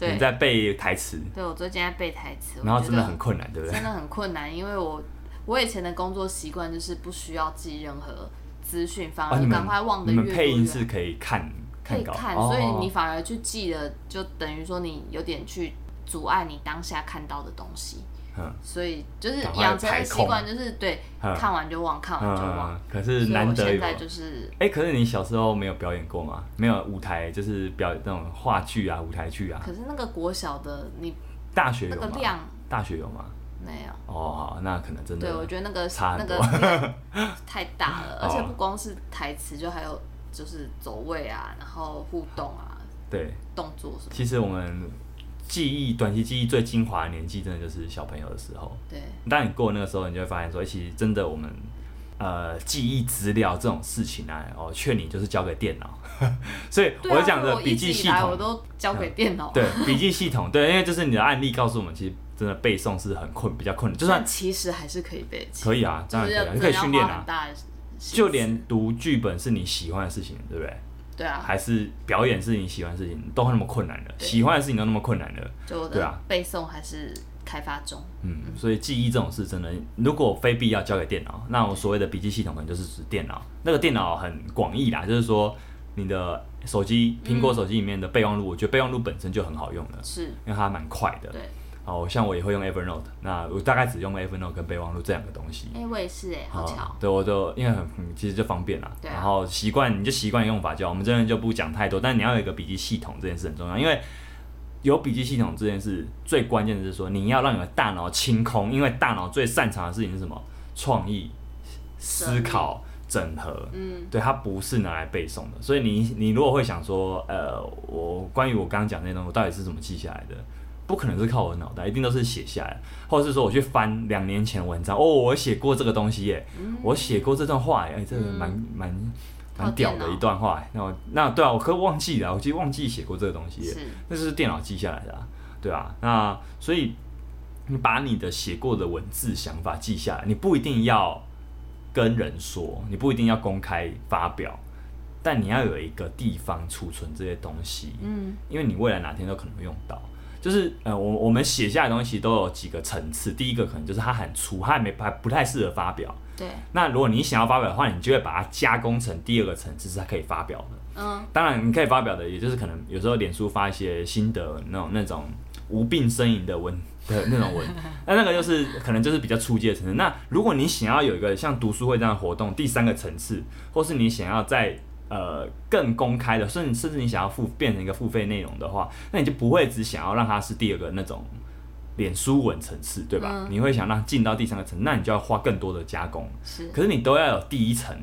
A: 你
B: 对，
A: 在背台词，
B: 对我最近在背台词，我
A: 然后
B: 觉
A: 真的
B: 得
A: 很困难，对不对？
B: 真的很困难，因为我我以前的工作习惯就是不需要记任何资讯，反
A: 哦，
B: 而
A: 你们
B: 啊赶快忘得
A: 你
B: 越
A: 们
B: 多
A: 配音
B: 越
A: 是可以看
B: 可以
A: 稿，
B: 看，
A: 哦
B: 所以你反而去记了，就等于说你有点去阻碍你当下看到的东西。
A: 嗯
B: 所以就是
A: 赶快
B: 养成
A: 排
B: 的习
A: 空
B: 惯，就是对，
A: 嗯
B: 看完就忘，看完就忘。
A: 嗯，可
B: 所
A: 是
B: 以
A: 难
B: 我
A: 得
B: 现
A: 有。
B: 在就是
A: 哎、可是你小时候没有表演过吗？没有舞台，就是表那种话剧啊、舞台剧啊。
B: 可是那个国小的你
A: 大学
B: 那
A: 有
B: 个
A: 吗？
B: 量
A: 大学有吗？
B: 没有。
A: 哦，好，那可能真的
B: 对，我觉得那个
A: 差很
B: 那个
A: 多
B: 那个太大了，而且不光是台词，就还有就是走位啊，然后互动啊，
A: 对。
B: 动作什么。
A: 其实我们记忆短期记忆最精华的年纪，真的就是小朋友的时候。
B: 对，
A: 当你过那个时候，你就会发现说，哎其实真的我们呃记忆资料这种事情啊，哦，劝你就是交给电脑。 所以
B: 对啊
A: 我讲
B: 所以
A: 的
B: 我
A: 笔
B: 一
A: 记
B: 直以
A: 系
B: 来
A: 统，嗯
B: 我都交给电脑。
A: 对笔记系统，对，因为就是你的案例告诉我们，其实真的背诵是很困，比较困难， 就算
B: 但其实还是可以背起，
A: 可以啊，
B: 就
A: 当然可
B: 是
A: 以、
B: 要
A: 啊，你可以训练啊。，就连读剧本是你喜欢的事情，对不对？
B: 对啊，
A: 还是表演是你喜欢的事情，都那么困难了，
B: 对
A: 喜欢的事情都那么困难了，
B: 就我
A: 对
B: 的
A: 啊
B: 背诵还是开发中，
A: 嗯，所以记忆这种事真的，如果非必要交给电脑，那我所谓的笔记系统可能就是指电脑。那个电脑很广义啦，就是说你的手机，苹果手机里面的备忘录，我觉得备忘录本身就很好用了，
B: 是
A: 因为它蛮快的。
B: 对，
A: 哦，像我也会用 Evernote，那我大概只用 Evernote 跟备忘录这两个东西。
B: 哎、我也是哎、好巧。
A: 啊对，我就因为很很其实就方便啦。
B: 对啊
A: 然后习惯你就习惯用法就好，我们这边就不讲太多。但你要有一个笔记系统，这件事很重要，因为有笔记系统这件事最关键的是说，你要让你的大脑清空，因为大脑最擅长的事情是什么？创意、思考、整合。
B: 嗯，
A: 对，它不是拿来背诵的。所以你你如果会想说，呃，我关于我刚刚讲那些东西，我到底是怎么记下来的？不可能是靠我的脑袋，一定都是写下来，或者是说我去翻两年前的文章，哦，我写过这个东西耶，我写过这段话耶，哎、这个蛮蛮
B: 嗯靠
A: 蛮
B: 电
A: 屌的
B: 脑
A: 一段话耶。那我那对啊，我可忘记了，我其实忘记写过这个东西耶。
B: 是
A: 那是电脑记下来的、啊，对啊，那所以你把你的写过的文字想法记下来，你不一定要跟人说，你不一定要公开发表，但你要有一个地方储存这些东西，
B: 嗯，
A: 因为你未来哪天都可能会用到。就是呃，我我们写下来的东西都有几个层次，第一个可能就是它呃很粗，它还没还不太适合发表。
B: 对，
A: 那如果你想要发表的话，你就会把它加工成第二个层次是它可以发表的。
B: 嗯，
A: 当然，你可以发表的，也就是可能有时候脸书发一些心得那种那种无病呻吟的文的那种文，那那个就是可能就是比较初阶的层次。那如果你想要有一个像读书会这样的活动，第三个层次，或是你想要在呃更公开的，甚甚至你想要付变成一个付费内容的话，那你就不会只想要让它是第二个那种。脸书文层次，对吧？
B: 嗯
A: 你会想让进到第三个层，那你就要花更多的加工。
B: 是，
A: 可是你都要有第一层，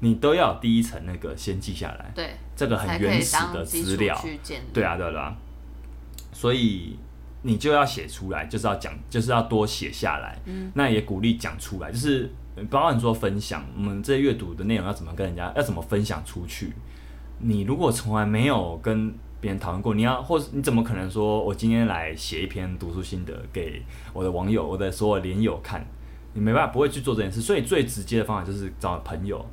A: 你都要有第一层那个先记下来。
B: 对，
A: 这个
B: 才
A: 很
B: 可
A: 原
B: 以
A: 始的
B: 当基
A: 资
B: 础
A: 料，
B: 去建立。
A: 对啊，对啊，对啊，所以你就要写出来，就是要讲，就是要多写下来。
B: 嗯，
A: 那也鼓励讲出来，就是呃包含说分享，我们这些阅读的内容要怎么跟人家，要怎么分享出去。你如果从来没有跟别人讨论过，你要或是你怎么可能说我今天来写一篇读书心得给我的网友、我的所有连友看？你没办法，不会去做这件事。所以最直接的方法就是找朋友，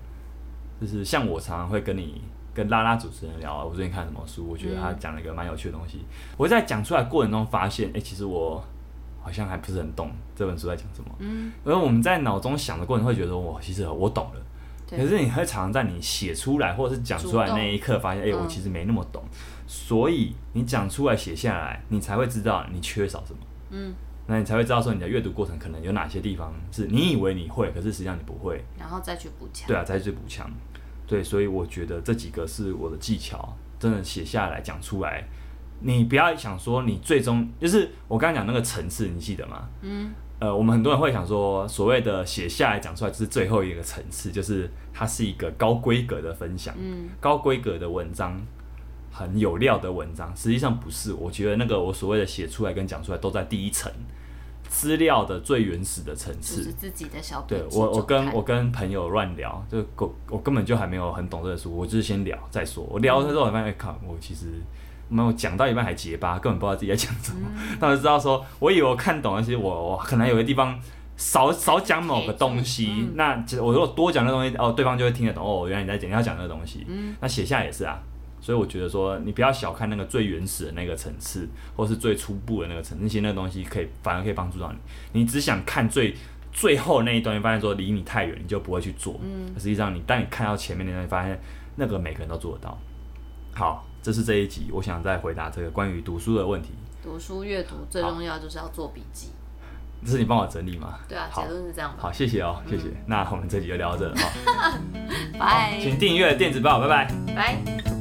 A: 就是像我常常会跟你跟拉拉主持人聊啊，我最近看什么书，我觉得他讲了一个蛮有趣的东西。我在讲出来过程中发现，哎、其实我好像还不是很懂这本书在讲什么。
B: 嗯，
A: 而我们在脑中想的过程会觉得，我其实我懂了。可
B: 对，
A: 是你会常常在你写出来或者是讲出来那一刻，发现哎、
B: 动
A: 我
B: 嗯
A: 其实没那么懂。所以你讲出来写下来，你才会知道你缺少什么。
B: 嗯，
A: 那你才会知道说你的阅读过程可能有哪些地方是你以为你会，可是实际上你不会。
B: 然后再去补强。
A: 对啊，才是补强。对，所以我觉得这几个是我的技巧，真的写下来讲出来。你不要想说你最终就是我刚刚讲那个层次，你记得吗？
B: 嗯，
A: 呃，我们很多人会想说，所谓的写下来讲出来，就是最后一个层次，就是它是一个高规格的分享，
B: 嗯，
A: 高规格的文章，很有料的文章。实际上不是，我觉得那个我所谓的写出来跟讲出来都在第一层，资料的最原始的层
B: 就
A: 次。
B: 是自己的小笔
A: 对
B: 记
A: 我，我
B: 状
A: 跟
B: 态
A: 我跟朋友乱聊，就我我根本就还没有很懂这个书，我就是先聊再说。我聊的时候，我发现，哎靠，我其实没有讲到一半还结巴，根本不知道自己在讲什么。那我就知道说，我以为我看懂了，其实我我可能有个地方少少讲某个东西，
B: 嗯
A: 那其实我如果多讲那东西，哦，对方就会听得懂。哦，原来你在讲你要讲那个东西。
B: 嗯
A: 那写下来也是啊。所以我觉得说，你不要小看那个最原始的那个层次，或是最初步的那个层次，那些那个东西可以反而可以帮助到你。你只想看最最后那一段，你发现说离你太远，你就不会去做。
B: 嗯，
A: 实际上你当你看到前面那段，你发现那个每个人都做得到。好，这是这一集，我想再回答这个关于读书的问题。
B: 读书阅读最重要就是要做笔记。
A: 这是你帮我整理吗？
B: 对啊，结
A: 好，
B: 论是这样吧。
A: 好，谢谢哦，谢谢。那我们这集就聊到这了哈，
B: 拜
A: 请订阅电子报，拜拜。
B: 拜。